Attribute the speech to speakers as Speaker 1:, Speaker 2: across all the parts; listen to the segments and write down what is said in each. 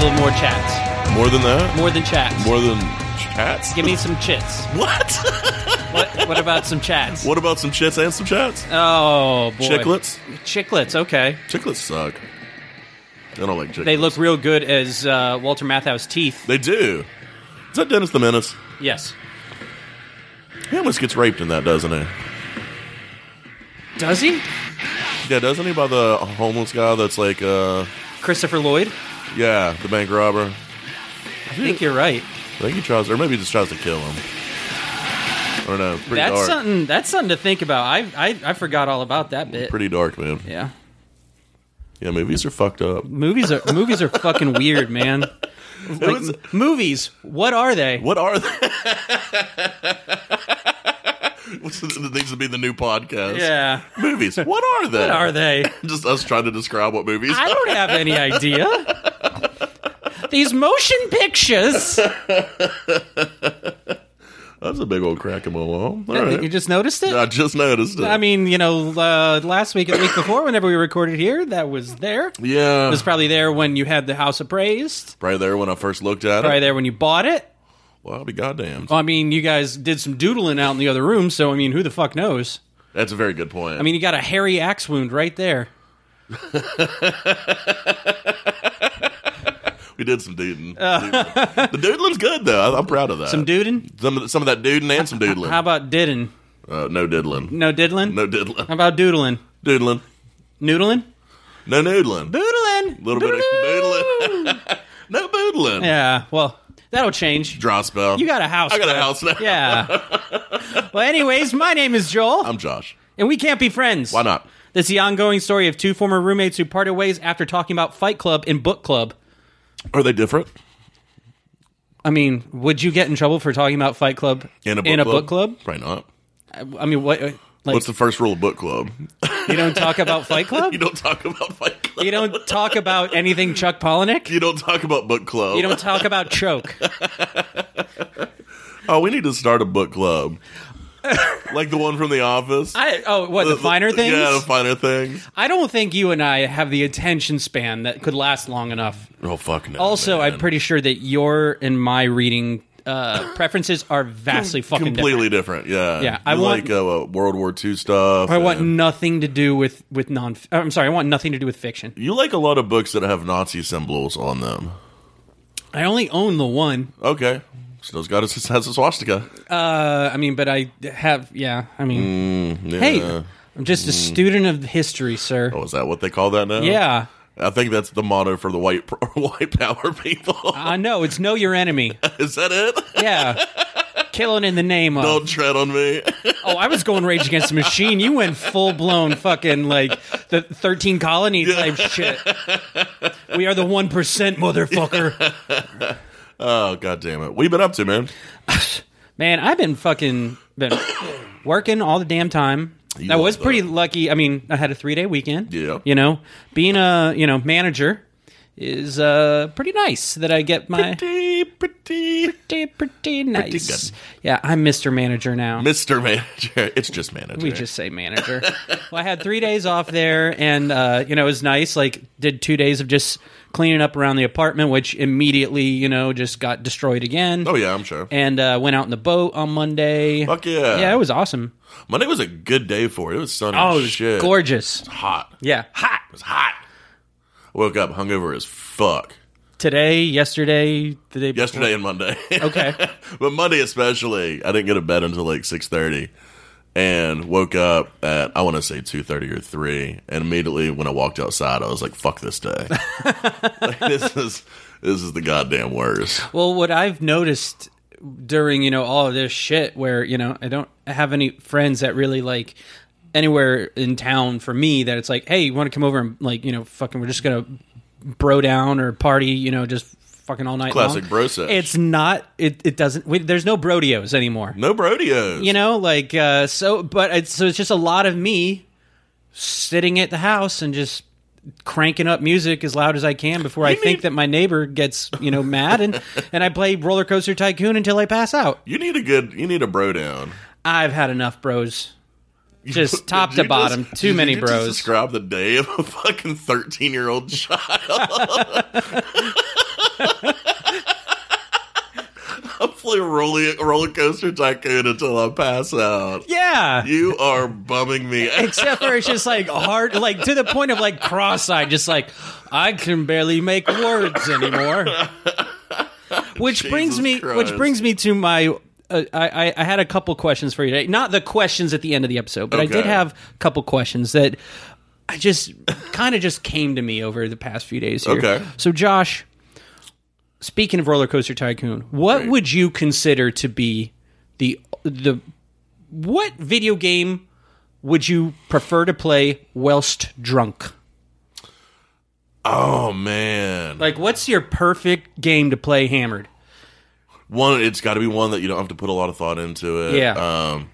Speaker 1: chats.
Speaker 2: More than that?
Speaker 1: More than chats.
Speaker 2: More than chats?
Speaker 1: Give me some chits.
Speaker 2: What?
Speaker 1: What, what about some chats?
Speaker 2: what about some chits and some chats?
Speaker 1: Oh boy,
Speaker 2: Chicklets?
Speaker 1: Chicklets. Okay,
Speaker 2: Chicklets suck. I don't like chicklets.
Speaker 1: they look real good as uh, Walter Matthau's teeth.
Speaker 2: They do. Is that Dennis the Menace?
Speaker 1: Yes.
Speaker 2: He almost gets raped in that, doesn't he?
Speaker 1: Does he?
Speaker 2: Yeah, doesn't he? By the homeless guy that's like, uh,
Speaker 1: Christopher Lloyd.
Speaker 2: yeah, the bank robber.
Speaker 1: I think you're right.
Speaker 2: I think he tries, or maybe he just tries to kill him. I don't know. Pretty
Speaker 1: that's
Speaker 2: dark.
Speaker 1: something. That's something to think about. I I, I forgot all about that bit.
Speaker 2: Pretty dark, man.
Speaker 1: yeah.
Speaker 2: Yeah, movies are fucked up.
Speaker 1: Movies are movies are fucking weird, man. Like,
Speaker 2: was-
Speaker 1: movies, what are they?
Speaker 2: What are they? What's the, that needs to be the new podcast?
Speaker 1: Yeah.
Speaker 2: Movies. What are they?
Speaker 1: What are they?
Speaker 2: Just us trying to describe what movies
Speaker 1: I don't have any idea. These motion pictures.
Speaker 2: That's a big old crack in my wall. All
Speaker 1: You
Speaker 2: right.
Speaker 1: just noticed it?
Speaker 2: I just noticed it.
Speaker 1: I mean, you know, uh, last week and the week before, whenever we recorded here, that was there. It
Speaker 2: yeah.
Speaker 1: was probably there when you had the house appraised.
Speaker 2: Right there when I first looked at
Speaker 1: Probably
Speaker 2: it.
Speaker 1: there when you bought it.
Speaker 2: Well, I'll be goddamn.
Speaker 1: I mean, you guys did some doodling out in the other room, so I mean, who the fuck knows?
Speaker 2: That's a very good point.
Speaker 1: I mean, you got a hairy axe wound right there.
Speaker 2: we did some doodling. Doodling. the doodling's good though. I- I'm proud of that.
Speaker 1: Uh. Some doodin'?
Speaker 2: Some of, some of that doodling and some doodling.
Speaker 1: How about diddin'?
Speaker 2: uh, no diddling.
Speaker 1: No diddling?
Speaker 2: No
Speaker 1: How
Speaker 2: diddling.
Speaker 1: about doodling?
Speaker 2: Doodling.
Speaker 1: Noodling?
Speaker 2: No noodling.
Speaker 1: Boodling!
Speaker 2: little bit of doodling. no boodling.
Speaker 1: Yeah, well, that'll change.
Speaker 2: Dry spell.
Speaker 1: You got a house.
Speaker 2: I got a
Speaker 1: bro.
Speaker 2: house now.
Speaker 1: Yeah. well, anyways, my name is Joel,
Speaker 2: I'm Josh.
Speaker 1: and we can't be friends.
Speaker 2: Um, Why not?
Speaker 1: That's the ongoing story of two former roommates who parted ways after talking about Fight Club in book club.
Speaker 2: Are they different?
Speaker 1: I mean, would you get in trouble for talking about Fight Club
Speaker 2: In a book club? Probably not.
Speaker 1: I- I mean, what? Like,
Speaker 2: What's the first rule of book club?
Speaker 1: you don't talk about Fight Club.
Speaker 2: you don't talk about Fight Club.
Speaker 1: You don't talk about anything Chuck Palahniuk.
Speaker 2: You don't talk about book club.
Speaker 1: You don't talk about choke.
Speaker 2: oh, we need to start a book club, like the one from The Office.
Speaker 1: I, oh, what the finer things?
Speaker 2: Yeah, the finer things.
Speaker 1: I don't think you and I have the attention span that could last long enough.
Speaker 2: Oh fuck no.
Speaker 1: Also,
Speaker 2: man.
Speaker 1: I'm pretty sure that your and my reading uh, preferences are vastly fucking
Speaker 2: completely different. Yeah,
Speaker 1: Yeah, I
Speaker 2: You
Speaker 1: want-
Speaker 2: like uh, World War II stuff.
Speaker 1: different. I want
Speaker 2: and-
Speaker 1: nothing to do with with non. uh, I'm sorry, I want nothing to do with fiction.
Speaker 2: You like a lot of books that have Nazi symbols on them.
Speaker 1: I only own the one.
Speaker 2: Okay, still's got a, has a swastika.
Speaker 1: Uh, I mean, but I have. Yeah, I mean,
Speaker 2: Mm, Yeah. Mm.
Speaker 1: hey, I'm just a student of history, sir.
Speaker 2: Oh, is that what they call that now?
Speaker 1: Yeah,
Speaker 2: I think that's the motto for the white white power people.
Speaker 1: I know it's know your enemy.
Speaker 2: Is that it?
Speaker 1: Yeah, killing in the name of.
Speaker 2: Don't tread on me.
Speaker 1: Oh, I was going Rage Against the Machine. You went full blown fucking like the 13 colony type shit. We are the 1% motherfucker.
Speaker 2: oh god damn it! What you been up to, man?
Speaker 1: Man, I've been fucking been working all the damn time.
Speaker 2: You
Speaker 1: I was
Speaker 2: love
Speaker 1: pretty
Speaker 2: that.
Speaker 1: lucky. I mean, I had a 3-day weekend.
Speaker 2: Yeah.
Speaker 1: You know, being a, you know, manager is uh pretty nice that I get my
Speaker 2: Pretty, pretty,
Speaker 1: pretty, pretty nice.
Speaker 2: good.
Speaker 1: yeah, I'm Mr. Manager now.
Speaker 2: Mister Manager. It's just manager.
Speaker 1: We just say manager. well, I had three days off there, and uh, you know it was nice. Like, did two days of just cleaning up around the apartment, which immediately you know just got destroyed again.
Speaker 2: Oh yeah, I'm sure.
Speaker 1: And uh, went out in the boat on Monday.
Speaker 2: Fuck yeah.
Speaker 1: Yeah, it was awesome.
Speaker 2: Monday was a good day for it. It was sunny.
Speaker 1: Oh, it
Speaker 2: as
Speaker 1: was
Speaker 2: shit.
Speaker 1: gorgeous.
Speaker 2: Hot.
Speaker 1: Yeah, hot
Speaker 2: It was hot. I woke up hungover as fuck.
Speaker 1: today, yesterday, the day. before.
Speaker 2: Yesterday and Monday.
Speaker 1: Okay.
Speaker 2: but Monday especially, I didn't get to bed until like six thirty, and woke up at I want to say two thirty or three. And immediately when I walked outside, I was like, "Fuck this day! like, this is this is the goddamn worst."
Speaker 1: Well, what I've noticed during you know all of this shit, where you know I don't have any friends that really like anywhere in town for me that it's like, hey, you want to come over and like you know fucking we're just gonna bro down or party, you know, just fucking all night.
Speaker 2: Classic
Speaker 1: long.
Speaker 2: bro sesh.
Speaker 1: It's not. It it doesn't. We, there's no brodeos anymore.
Speaker 2: No brodeos.
Speaker 1: You know, like uh, so, but it's, so it's just a lot of me sitting at the house and just cranking up music as loud as I can before I
Speaker 2: You
Speaker 1: think
Speaker 2: need-
Speaker 1: that my neighbor gets you know mad and and I play Roller Coaster Tycoon until I pass out.
Speaker 2: you need a good. You need a bro down.
Speaker 1: I've had enough, bros. Just top
Speaker 2: Did
Speaker 1: to
Speaker 2: you
Speaker 1: bottom,
Speaker 2: just-
Speaker 1: too
Speaker 2: did
Speaker 1: many
Speaker 2: you just
Speaker 1: bros.
Speaker 2: describe the day of a fucking thirteen-year-old child. I'll play roller, roller coaster tycoon until I pass out.
Speaker 1: Yeah.
Speaker 2: You are bumming me.
Speaker 1: Except for it's just like hard, like to the point of like cross-eyed, just like I can barely make words anymore. Which brings
Speaker 2: Jesus
Speaker 1: me,
Speaker 2: Christ.
Speaker 1: which brings me to my. Uh, I, I- I had a couple questions for you today. Not the questions at the end of the episode, but I did
Speaker 2: Okay.
Speaker 1: have a couple questions that I just kind of just came to me over the past few days. Here.
Speaker 2: Okay.
Speaker 1: So, Josh, speaking of Roller Coaster Tycoon, what
Speaker 2: Right.
Speaker 1: would you consider to be the the what video game would you prefer to play whilst drunk?
Speaker 2: Oh man.
Speaker 1: Like, what's your perfect game to play hammered?
Speaker 2: One it's gotta be one that you don't have to put a lot of thought into it.
Speaker 1: Yeah.
Speaker 2: Um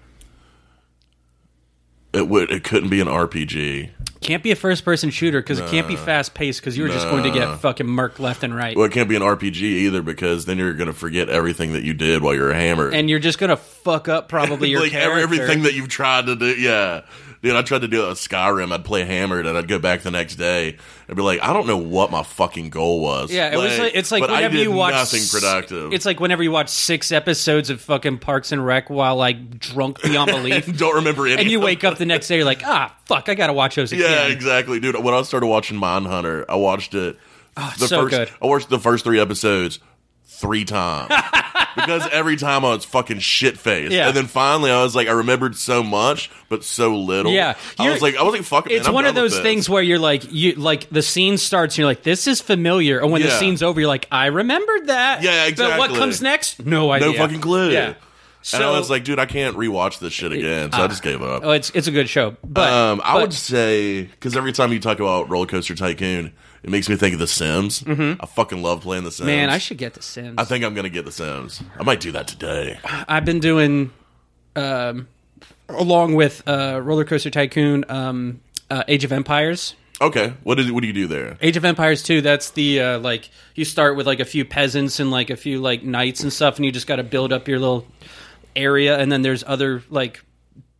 Speaker 2: it would it couldn't be an RPG.
Speaker 1: Can't be a first person shooter because it can't be fast paced because you're just going to get fucking murked left and right.
Speaker 2: Well, it can't be an RPG either because then you're gonna forget everything that you did while you're hammered.
Speaker 1: And you're just going to fuck up probably your
Speaker 2: like
Speaker 1: character.
Speaker 2: every- everything that you've tried to do. Yeah, dude, I tried to do it with Skyrim. I'd play hammered, and I'd go back the next day and be like, I don't know what my fucking goal was.
Speaker 1: Yeah, it was like, it's like
Speaker 2: but I
Speaker 1: whenever
Speaker 2: did
Speaker 1: you watch
Speaker 2: nothing
Speaker 1: s-
Speaker 2: productive.
Speaker 1: It's like whenever you watch six episodes of fucking Parks and Rec while like drunk beyond belief,
Speaker 2: don't remember any.
Speaker 1: and you
Speaker 2: of
Speaker 1: wake up the next day, you're like, ah, fuck, I gotta watch those again.
Speaker 2: Yeah, exactly, dude. When I started watching Mindhunter, I watched it. the
Speaker 1: Oh, so
Speaker 2: first,
Speaker 1: good.
Speaker 2: I watched the first three episodes three times because every time I was fucking shit faced,
Speaker 1: Yeah.
Speaker 2: and then finally I was like, I remembered so much but so little.
Speaker 1: Yeah.
Speaker 2: I
Speaker 1: You're-
Speaker 2: was like, I was like, fuck it. man,
Speaker 1: It's
Speaker 2: I'm
Speaker 1: one of
Speaker 2: done with
Speaker 1: those
Speaker 2: this.
Speaker 1: things where you're like, you like the scene starts, and you're like, this is familiar, and when the
Speaker 2: Yeah.
Speaker 1: scene's over, you're like, I remembered that.
Speaker 2: Yeah,
Speaker 1: But what
Speaker 2: exactly.
Speaker 1: comes next? No idea.
Speaker 2: No fucking clue.
Speaker 1: Yeah.
Speaker 2: and
Speaker 1: So-
Speaker 2: I was like, dude, I can't rewatch this shit again, so I just gave up.
Speaker 1: Oh, it's it's a good show, but
Speaker 2: um, I
Speaker 1: but-
Speaker 2: would say because every time you talk about Roller Coaster Tycoon, it makes me think of The Sims. I fucking love playing The Sims.
Speaker 1: Mm-hmm. man, I should get The Sims.
Speaker 2: I think I'm gonna get The Sims. I might do that today.
Speaker 1: I've been doing, um, along with uh, Roller Coaster Tycoon, um, uh, Age of Empires.
Speaker 2: Okay, what did what do you do there?
Speaker 1: Age of Empires 2, that's the uh, like you start with like a few peasants and like a few like knights and stuff and you just got to build up your little area and then there's other like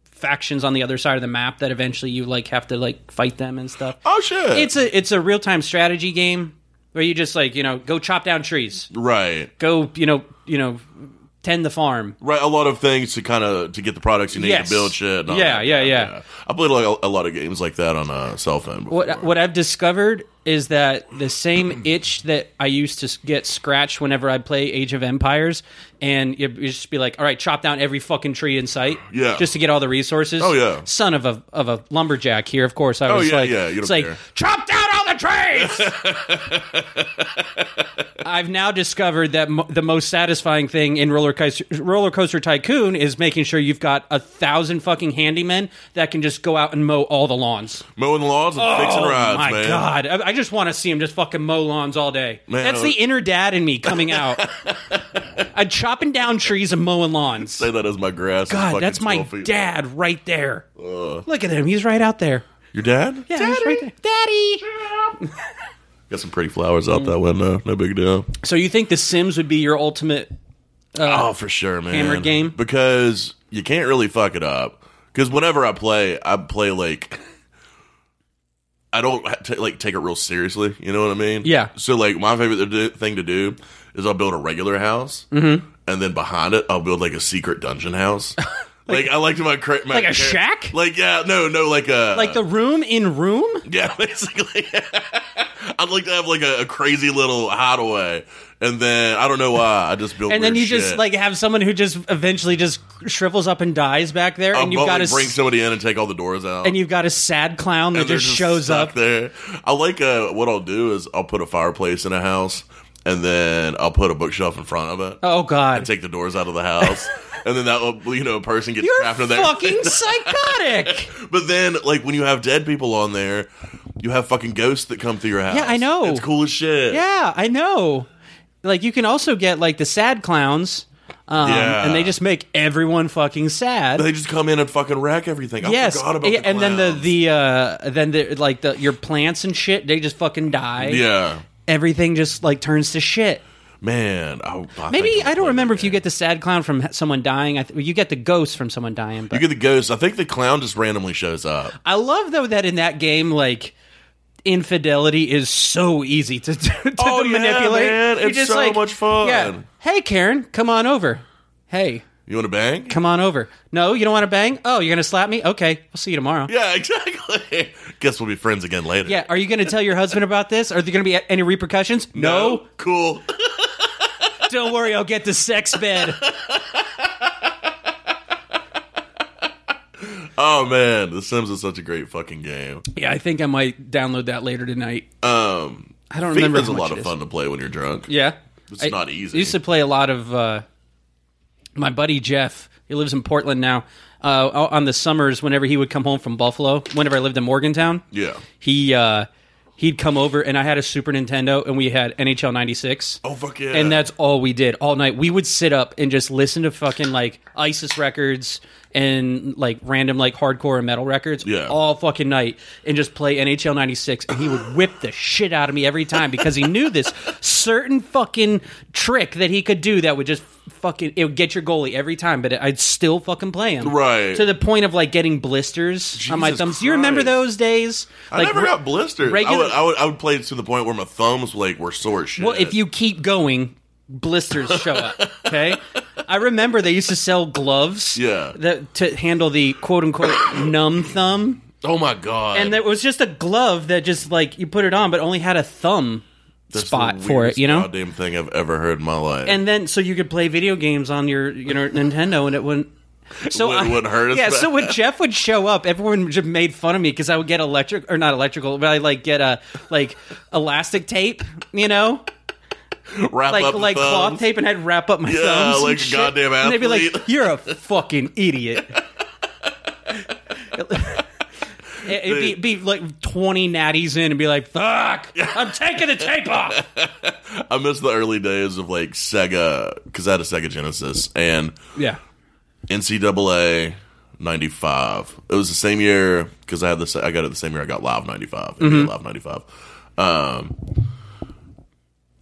Speaker 1: factions on the other side of the map that eventually you like have to like fight them and stuff.
Speaker 2: Oh shit!
Speaker 1: It's a it's a real-time strategy game where you just like, you know, go chop down trees.
Speaker 2: right,
Speaker 1: Go, you know, you know, tend the farm.
Speaker 2: right. A lot of things to kind of to get the products you need
Speaker 1: Yes.
Speaker 2: to build shit. and all
Speaker 1: Yeah,
Speaker 2: that.
Speaker 1: yeah, yeah.
Speaker 2: I played like, a, a lot of games like that on a cell phone. Before.
Speaker 1: What what I've discovered is that the same itch that I used to s- get scratched whenever I play Age of Empires, and you you just be like, "All right, chop down every fucking tree in sight,
Speaker 2: Yeah.
Speaker 1: just to get all the resources."
Speaker 2: Oh, yeah. Oh,
Speaker 1: son of a of a lumberjack here. Of course, I was
Speaker 2: yeah,
Speaker 1: like,
Speaker 2: yeah, you don't
Speaker 1: "It's like
Speaker 2: care.
Speaker 1: chop down all the trees." I've now discovered that mo- the most satisfying thing in roller coaster, roller coaster tycoon is making sure you've got a thousand fucking handymen that can just go out and mow all the lawns.
Speaker 2: Mowing the lawns and fixing rides,
Speaker 1: Oh My
Speaker 2: man.
Speaker 1: God, I, I just want to see him just fucking mow lawns all day.
Speaker 2: Man,
Speaker 1: That's
Speaker 2: I
Speaker 1: the
Speaker 2: was-
Speaker 1: inner dad in me coming out. I'm chopping down trees and mowing lawns.
Speaker 2: Say that as my grass. is
Speaker 1: God,
Speaker 2: fucking
Speaker 1: that's my
Speaker 2: 12 feet.
Speaker 1: dad right there. Look at him; he's right out there.
Speaker 2: Your dad?
Speaker 1: Yeah, he's right there. Daddy.
Speaker 2: Got some pretty flowers out that window. No big deal.
Speaker 1: So you think The Sims would be your ultimate?
Speaker 2: Oh, for sure, man.
Speaker 1: Hammered game?
Speaker 2: because you can't really fuck it up. Because whenever I play, I play like I don't ha- ta like take it real seriously. You know what I mean?
Speaker 1: Yeah.
Speaker 2: So like my favorite to do- thing to do is I'll build a regular house,
Speaker 1: Mm-hmm.
Speaker 2: and then behind it I'll build like a secret dungeon house. like, I like to my, cra- my
Speaker 1: Like a
Speaker 2: char-
Speaker 1: shack?
Speaker 2: Like yeah, no, no, like a
Speaker 1: Like the room in room?
Speaker 2: yeah, basically. I'd like to have like a, a crazy little hideaway, and then I don't know why I just built.
Speaker 1: And then
Speaker 2: weird
Speaker 1: you just
Speaker 2: shit.
Speaker 1: like have someone who just eventually just shrivels up and dies back there,
Speaker 2: I'll
Speaker 1: and you've got
Speaker 2: probably
Speaker 1: a s-
Speaker 2: bring somebody in and take all the doors out,
Speaker 1: and you've got a sad clown that
Speaker 2: they're
Speaker 1: just, shows
Speaker 2: stuck
Speaker 1: up.
Speaker 2: there. I like uh, what I'll do is I'll put a fireplace in a house, and then I'll put a bookshelf in front of it,
Speaker 1: Oh God,
Speaker 2: take the doors out of the house, and then that will you know a person gets
Speaker 1: you're
Speaker 2: trapped in there.
Speaker 1: fucking psychotic.
Speaker 2: But then, like when you have dead people on there, you have fucking ghosts that come through your house.
Speaker 1: Yeah, I know.
Speaker 2: It's cool as shit.
Speaker 1: Yeah, I know. Like you can also get like the sad clowns, um,
Speaker 2: Yeah.
Speaker 1: and they just make everyone fucking sad.
Speaker 2: They just come in and fucking wreck everything. I
Speaker 1: yes,
Speaker 2: forgot about
Speaker 1: yeah,
Speaker 2: the
Speaker 1: and then the
Speaker 2: clowns.
Speaker 1: the uh, then the like the your plants and shit, they just fucking die.
Speaker 2: yeah,
Speaker 1: everything just like turns to shit.
Speaker 2: man. I, I
Speaker 1: Maybe
Speaker 2: think
Speaker 1: I don't
Speaker 2: played
Speaker 1: remember
Speaker 2: that
Speaker 1: if you
Speaker 2: game.
Speaker 1: get the sad clown from h- someone dying. I th- you get the ghost from someone dying. But
Speaker 2: you get the ghost. I think the clown just randomly shows up.
Speaker 1: I love though that in that game, like infidelity is so easy to, to, to
Speaker 2: Oh, yeah,
Speaker 1: manipulate.
Speaker 2: man.
Speaker 1: You're
Speaker 2: It's so much fun.
Speaker 1: Yeah. Hey, Karen, come on over. Hey,
Speaker 2: You want to bang?
Speaker 1: come on over. No, you don't want to bang? Oh, you're going to slap me? Okay, we'll see you tomorrow. Yeah.
Speaker 2: Yeah, exactly. Guess we'll be friends again later.
Speaker 1: are you going to tell your husband about this? Are there going to be any repercussions?
Speaker 2: No. Cool.
Speaker 1: No. Don't worry, I'll get the sex bed.
Speaker 2: Oh man, The Sims is such a great fucking game.
Speaker 1: yeah, I think I might download that later tonight.
Speaker 2: Um,
Speaker 1: I don't remember
Speaker 2: FIFA's
Speaker 1: how
Speaker 2: a
Speaker 1: much
Speaker 2: lot
Speaker 1: it
Speaker 2: of
Speaker 1: is.
Speaker 2: fun to play when you're drunk.
Speaker 1: Yeah.
Speaker 2: It's not easy.
Speaker 1: I used to play a lot of uh, my buddy Jeff. He lives in Portland now. Uh, o- on the summers, whenever he would come home from Buffalo, whenever I lived in Morgantown,
Speaker 2: Yeah.
Speaker 1: he uh, he'd come over, and I had a Super Nintendo, and we had NHL '96.
Speaker 2: Oh fuck yeah.
Speaker 1: And that's all we did all night. We would sit up and just listen to fucking like ISIS records and like random like hardcore and metal records
Speaker 2: Yeah.
Speaker 1: all fucking night and just play NHL 96. And he would whip the shit out of me every time because he knew this certain fucking trick that he could do that would just fucking, it would get your goalie every time, but I'd still fucking play him.
Speaker 2: Right.
Speaker 1: To the point of like getting blisters on my
Speaker 2: Jesus
Speaker 1: thumbs. Do you remember
Speaker 2: Christ.
Speaker 1: those days?
Speaker 2: I never got blisters. I,
Speaker 1: regular-
Speaker 2: would, I would I would play it to the point where my thumbs like were sore as shit.
Speaker 1: Well, if you keep going, blisters show up. Okay, I remember they used to sell gloves.
Speaker 2: Yeah.
Speaker 1: that to handle the quote unquote numb thumb,
Speaker 2: oh my god,
Speaker 1: and it was just a glove that just like you put it on, but only had a thumb
Speaker 2: That's the
Speaker 1: spot for it.
Speaker 2: weirdest
Speaker 1: You know.
Speaker 2: goddamn thing I've ever heard in my life.
Speaker 1: and then, so you could play video games on your, you know, Nintendo, and it wouldn't. So
Speaker 2: Wouldn't-
Speaker 1: I-
Speaker 2: wouldn't hurt as
Speaker 1: Yeah. So
Speaker 2: bad.
Speaker 1: when Jeff would show up, everyone just made fun of me because I would get electric or not electrical, but I like get a like elastic tape, you know,
Speaker 2: wrap
Speaker 1: like
Speaker 2: up the
Speaker 1: like cloth
Speaker 2: thumbs.
Speaker 1: tape and I'd wrap up my
Speaker 2: Yeah,
Speaker 1: thumbs. and
Speaker 2: like a
Speaker 1: shit.
Speaker 2: goddamn
Speaker 1: And they'd be like,
Speaker 2: athlete.
Speaker 1: "You're a fucking idiot." It- It'd be, be like twenty natties in and be like, "Fuck, I'm taking the tape off."
Speaker 2: I miss the early days of like Sega because I had a Sega Genesis and
Speaker 1: Yeah,
Speaker 2: NCAA '95. It was the same year because I had this. I got it the same year I got Live '95.
Speaker 1: Mm-hmm.
Speaker 2: NBA Live '95. Um,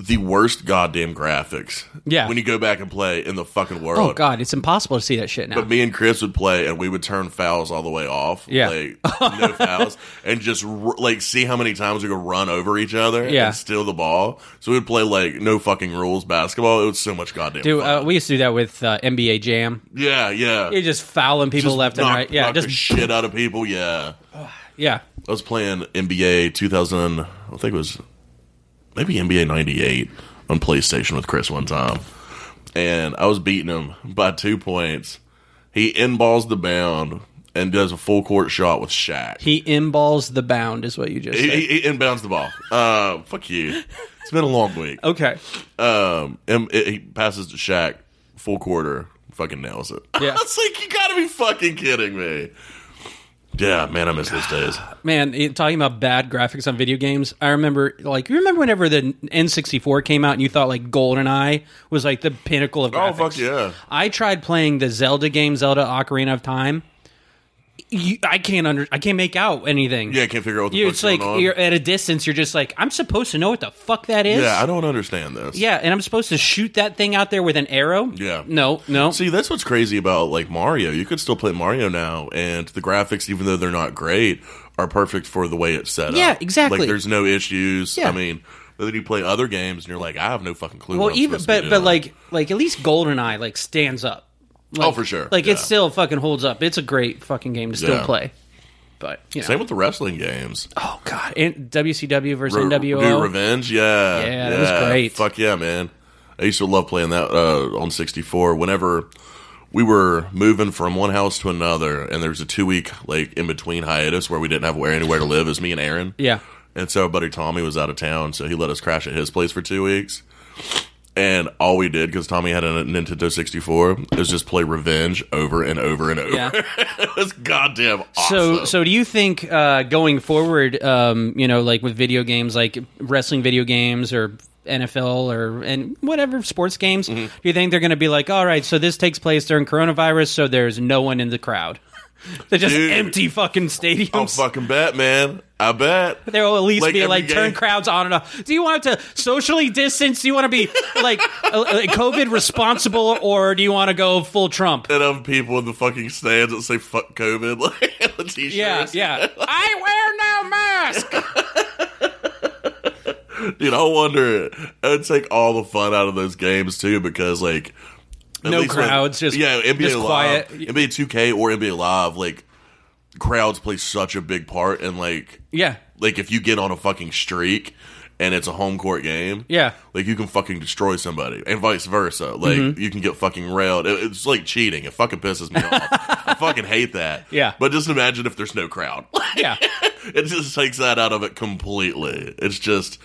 Speaker 2: the worst goddamn graphics.
Speaker 1: Yeah.
Speaker 2: When you go back and play in the fucking world.
Speaker 1: Oh god, it's impossible to see that shit now.
Speaker 2: But me and Chris would play, and we would turn fouls all the way off.
Speaker 1: Yeah.
Speaker 2: like, no fouls, and just r- like see how many times we could run over each other.
Speaker 1: Yeah.
Speaker 2: and steal the ball. So we would play like no fucking rules basketball. It was so much goddamn.
Speaker 1: Dude,
Speaker 2: fun.
Speaker 1: uh, we used to do that with uh, NBA Jam.
Speaker 2: yeah, yeah.
Speaker 1: You're just fouling people
Speaker 2: Just
Speaker 1: left and
Speaker 2: knock-
Speaker 1: right. Yeah,
Speaker 2: knock the
Speaker 1: just
Speaker 2: shit out of people. Yeah.
Speaker 1: yeah.
Speaker 2: I was playing NBA 2000. I think it was maybe NBA 98 on PlayStation with Chris one time, and I was beating him by two points. He inballs the bound and does a full court shot with Shaq.
Speaker 1: He inballs the bound, is what you just
Speaker 2: He,
Speaker 1: said.
Speaker 2: he, he inbounds the ball. Uh, fuck you. It's been a long week.
Speaker 1: Okay,
Speaker 2: Um, and it, he passes to Shaq full quarter, fucking nails it.
Speaker 1: Yeah.
Speaker 2: it's like you gotta be fucking kidding me. Yeah, man, I miss those days.
Speaker 1: Man, it- talking about bad graphics on video games, I remember like you remember whenever the N64 came out and you thought like GoldenEye was like the pinnacle of
Speaker 2: Oh
Speaker 1: graphics.
Speaker 2: fuck yeah.
Speaker 1: I tried playing the Zelda game, Zelda Ocarina of Time. You, I can't under I can't make out anything.
Speaker 2: Yeah, I can't figure out what the
Speaker 1: You-
Speaker 2: fuck's
Speaker 1: it's like
Speaker 2: going on.
Speaker 1: you're at a distance. You're just like I'm supposed to know what the fuck that is.
Speaker 2: Yeah, I don't understand this.
Speaker 1: Yeah, and I'm supposed to shoot that thing out there with an arrow.
Speaker 2: Yeah.
Speaker 1: no, no.
Speaker 2: See, that's what's crazy about like Mario. You could still play Mario now, and the graphics, even though they're not great, are perfect for the way it's set up.
Speaker 1: Yeah, exactly.
Speaker 2: Like, there's no issues.
Speaker 1: Yeah.
Speaker 2: I mean, but then you play other games, and you're like, I have no fucking clue.
Speaker 1: well,
Speaker 2: what I'm
Speaker 1: even
Speaker 2: supposed to be
Speaker 1: but but
Speaker 2: doing.
Speaker 1: like like at least GoldenEye like stands up.
Speaker 2: oh, for sure.
Speaker 1: Like
Speaker 2: Yeah.
Speaker 1: it still fucking holds up. It's a great fucking game to still
Speaker 2: Yeah.
Speaker 1: play. But you know,
Speaker 2: same with the wrestling games.
Speaker 1: oh god, and WCW versus
Speaker 2: Re- Do
Speaker 1: NWO.
Speaker 2: Revenge, yeah,
Speaker 1: Yeah, that was great.
Speaker 2: Fuck yeah, man! I used to love playing that uh, on sixty four. Whenever we were moving from one house to another, and there was a two week like in between hiatus where we didn't have where anywhere to live, it was me and Aaron.
Speaker 1: yeah,
Speaker 2: And so our buddy Tommy was out of town, so he let us crash at his place for two weeks. And all we did, because Tommy had a Nintendo 64, is just play Revenge over and over and over.
Speaker 1: Yeah.
Speaker 2: it was goddamn awesome.
Speaker 1: So so do you think uh, going forward, um, you know, like with video games, like wrestling video games or NFL or and whatever sports games,
Speaker 2: Mm-hmm.
Speaker 1: do you think they're going to be like, all right, so this takes place during coronavirus, so there's no one in the crowd. They're just
Speaker 2: Dude.
Speaker 1: empty fucking
Speaker 2: I'm
Speaker 1: stadiums.
Speaker 2: fucking bet, man. I bet.
Speaker 1: There will at least
Speaker 2: Like
Speaker 1: be
Speaker 2: every
Speaker 1: like turn
Speaker 2: game.
Speaker 1: crowds on and off. Do you want to socially distance? Do you want to be like uh, uh, COVID responsible, or do you want to go full Trump?
Speaker 2: And of people in the fucking stands that say fuck COVID, like on the t
Speaker 1: Yeah,
Speaker 2: shirts.
Speaker 1: yeah. I wear no mask.
Speaker 2: Dude, I wonder. It would take all the fun out of those games too, because like at
Speaker 1: No
Speaker 2: least with-
Speaker 1: crowds, just-
Speaker 2: yeah, NBA
Speaker 1: just
Speaker 2: Live,
Speaker 1: quiet.
Speaker 2: NBA 2K or NBA Live, like crowds play such a big part, and like
Speaker 1: yeah,
Speaker 2: like if you get on a fucking streak and it's a home court game,
Speaker 1: yeah.
Speaker 2: like you can fucking destroy somebody, and vice versa. Like
Speaker 1: Mm-hmm.
Speaker 2: you can get fucking railed. It- it's like cheating. It fucking pisses me off. I fucking hate that.
Speaker 1: Yeah.
Speaker 2: but just imagine if there's no crowd.
Speaker 1: Yeah.
Speaker 2: it just takes that out of it completely. It's just,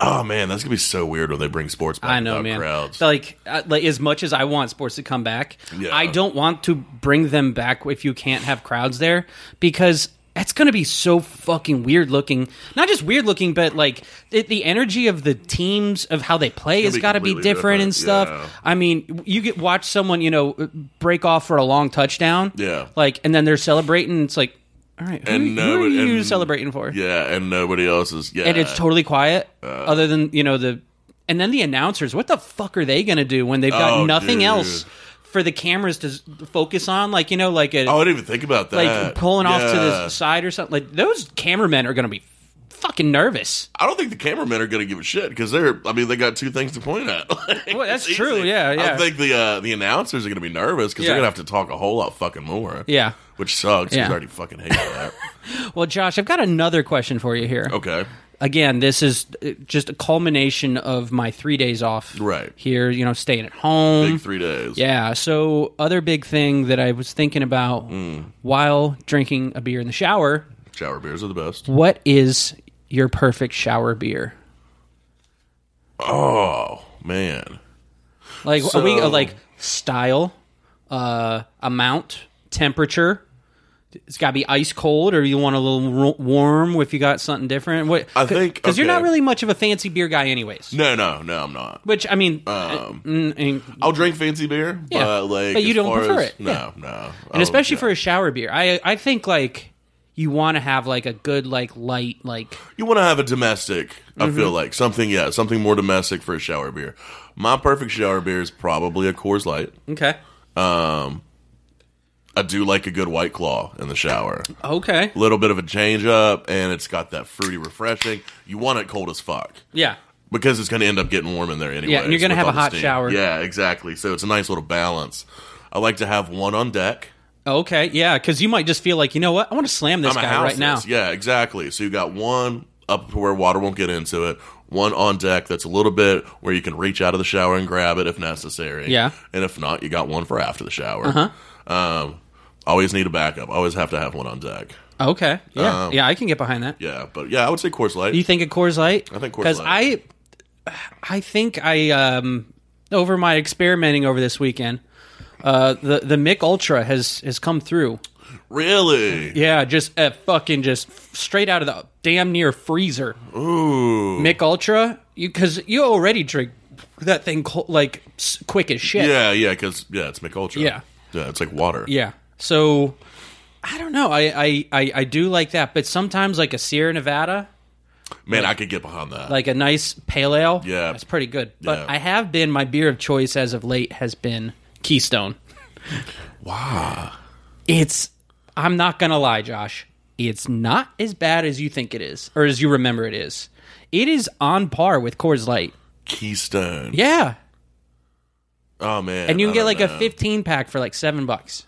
Speaker 2: oh man, that's gonna be so weird when they bring sports back
Speaker 1: I know,
Speaker 2: without
Speaker 1: man.
Speaker 2: crowds.
Speaker 1: Like, uh, like as much as I want sports to come back,
Speaker 2: Yeah.
Speaker 1: I don't want to bring them back if you can't have crowds there because that's going to be so fucking weird looking. Not just weird looking, but like it, the energy of the teams of how they play has
Speaker 2: be
Speaker 1: got to be
Speaker 2: completely
Speaker 1: different, and
Speaker 2: different,
Speaker 1: stuff.
Speaker 2: yeah.
Speaker 1: I mean, you get watch someone you know break off for a long touchdown,
Speaker 2: Yeah.
Speaker 1: like, and then they're celebrating. It's like, all right, who,
Speaker 2: And
Speaker 1: who
Speaker 2: no-
Speaker 1: are you
Speaker 2: and-
Speaker 1: celebrating for?
Speaker 2: yeah, and nobody else is. Yeah,
Speaker 1: and it's totally quiet
Speaker 2: uh,
Speaker 1: other than you know the and then the announcers what the fuck are they gonna do when they've got
Speaker 2: Oh,
Speaker 1: nothing
Speaker 2: dude.
Speaker 1: else for the cameras to s- focus on like you know like a
Speaker 2: oh, I didn't even think about
Speaker 1: like
Speaker 2: that.
Speaker 1: pulling off to
Speaker 2: Yeah.
Speaker 1: the side or something like those cameramen are gonna be fucking nervous
Speaker 2: I don't think the cameramen are going to give a shit because they're. I mean, they got two things to point at. Like,
Speaker 1: Well, that's
Speaker 2: it's
Speaker 1: true, yeah, yeah.
Speaker 2: I think the uh, the announcers are going to be nervous because
Speaker 1: Yeah.
Speaker 2: they're going to have to talk a whole lot fucking more.
Speaker 1: yeah
Speaker 2: which sucks. 'cause
Speaker 1: Yeah.
Speaker 2: I already fucking hate that.
Speaker 1: well josh i've got another question for you here
Speaker 2: okay,
Speaker 1: again, this is uh, just a culmination of my three days off.
Speaker 2: Right.
Speaker 1: Here, you know, staying at home.
Speaker 2: big three days.
Speaker 1: Mm. yeah. So, other big thing that I was thinking about
Speaker 2: Mm.
Speaker 1: while drinking a beer in the shower
Speaker 2: shower beers are the best.
Speaker 1: what is your perfect shower beer?
Speaker 2: Oh man,
Speaker 1: Like, are we uh,
Speaker 2: So-
Speaker 1: like style, uh, amount, temperature? It's got to be ice cold, or you want a little ro- warm if you got something different. What
Speaker 2: I think-
Speaker 1: because you're
Speaker 2: okay.
Speaker 1: not really much of a fancy beer guy, anyways.
Speaker 2: no, no, no, I'm not.
Speaker 1: Which I mean,
Speaker 2: Um,
Speaker 1: mm, and, and
Speaker 2: I'll drink fancy beer,
Speaker 1: Yeah,
Speaker 2: but like,
Speaker 1: but you
Speaker 2: as
Speaker 1: don't
Speaker 2: far
Speaker 1: prefer
Speaker 2: as-
Speaker 1: it,
Speaker 2: No,
Speaker 1: yeah.
Speaker 2: no,
Speaker 1: especially for a shower beer, I I think like you want to have like a good like light like
Speaker 2: You want to have a domestic, I feel
Speaker 1: Mm-hmm.
Speaker 2: like something, yeah, something more domestic for a shower beer. My perfect shower beer is probably a Coors Light.
Speaker 1: okay
Speaker 2: I do like a good white claw in the shower.
Speaker 1: okay
Speaker 2: A little bit of a change up, and it's got that fruity, refreshing. You want it cold as fuck
Speaker 1: yeah
Speaker 2: because it's going to end up getting warm in there anyway.
Speaker 1: you're gonna have a hot shower.
Speaker 2: Yeah, exactly. So it's a nice little balance. I like to have one on deck.
Speaker 1: okay yeah because you might just feel like you know what I want to slam this
Speaker 2: I'm a
Speaker 1: guy
Speaker 2: house
Speaker 1: right now
Speaker 2: this. Yeah, exactly. So you got one up to where water won't get into it, one on deck that's a little bit where you can reach out of the shower and grab it if necessary.
Speaker 1: Yeah. Uh-huh.
Speaker 2: And if not, you got one for after the shower. Um, always need a backup. Always have to have one on deck.
Speaker 1: Okay. Yeah.
Speaker 2: Um,
Speaker 1: yeah, I can get behind that.
Speaker 2: Yeah, but yeah, I would say Coors Light.
Speaker 1: You think of Coors Light? I
Speaker 2: think Coors
Speaker 1: Because I,
Speaker 2: Light.
Speaker 1: I think I um over my experimenting over this weekend, uh the the Mick Ultra has has come through.
Speaker 2: really?
Speaker 1: Yeah, just a fucking just straight out of the damn near freezer.
Speaker 2: Ooh.
Speaker 1: Mick Ultra, you because you already drink that thing cold, like s- quick as shit.
Speaker 2: Yeah, yeah, because yeah, it's McUltra.
Speaker 1: Yeah.
Speaker 2: Yeah, it's like water.
Speaker 1: Yeah. So I don't know. I I I, I do like that, but sometimes like a Sierra Nevada.
Speaker 2: Man, I could get behind that.
Speaker 1: like a nice pale ale.
Speaker 2: Yeah.
Speaker 1: that's pretty good. But
Speaker 2: Yeah.
Speaker 1: I have been my beer of choice as of late has been Keystone.
Speaker 2: wow.
Speaker 1: It's I'm not gonna lie, Josh. It's not as bad as you think it is, or as you remember it is. It is on par with Coors Light.
Speaker 2: Keystone.
Speaker 1: Yeah,
Speaker 2: Oh man.
Speaker 1: and you
Speaker 2: I
Speaker 1: can get
Speaker 2: don't
Speaker 1: like
Speaker 2: know.
Speaker 1: a 15 pack for like seven bucks.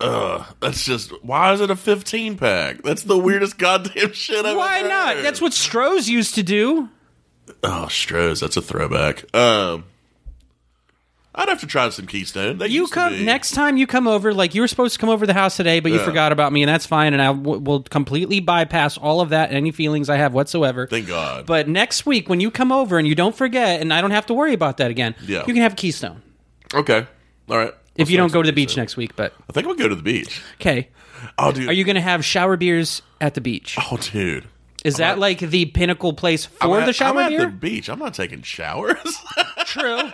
Speaker 2: Ugh, that's just why is it a 15 pack? That's the weirdest goddamn shit I've
Speaker 1: Why
Speaker 2: ever
Speaker 1: not?
Speaker 2: heard.
Speaker 1: That's what Stroh's used to do.
Speaker 2: oh Stroh's. That's a throwback. Um, I'd have to try some Keystone. They
Speaker 1: You
Speaker 2: used to be-
Speaker 1: come next time you come over. Like you were supposed to come over to the house today, but you
Speaker 2: Yeah.
Speaker 1: forgot about me, and that's fine. And I w- will completely bypass all of that, and any feelings I have whatsoever.
Speaker 2: Thank God.
Speaker 1: But next week, when you come over and you don't forget, and I don't have to worry about that again,
Speaker 2: Yeah.
Speaker 1: you can have Keystone
Speaker 2: okay, all right.
Speaker 1: if you don't go to the
Speaker 2: beach,
Speaker 1: beach next week. But
Speaker 2: I think I'm gonna go to the beach.
Speaker 1: okay,
Speaker 2: Oh, dude.
Speaker 1: are you going to have shower beers at the beach?
Speaker 2: Oh, dude.
Speaker 1: Is that like the pinnacle place for
Speaker 2: I'm
Speaker 1: the
Speaker 2: at-
Speaker 1: shower
Speaker 2: I'm
Speaker 1: beer?
Speaker 2: at the beach. I'm not taking showers.
Speaker 1: True.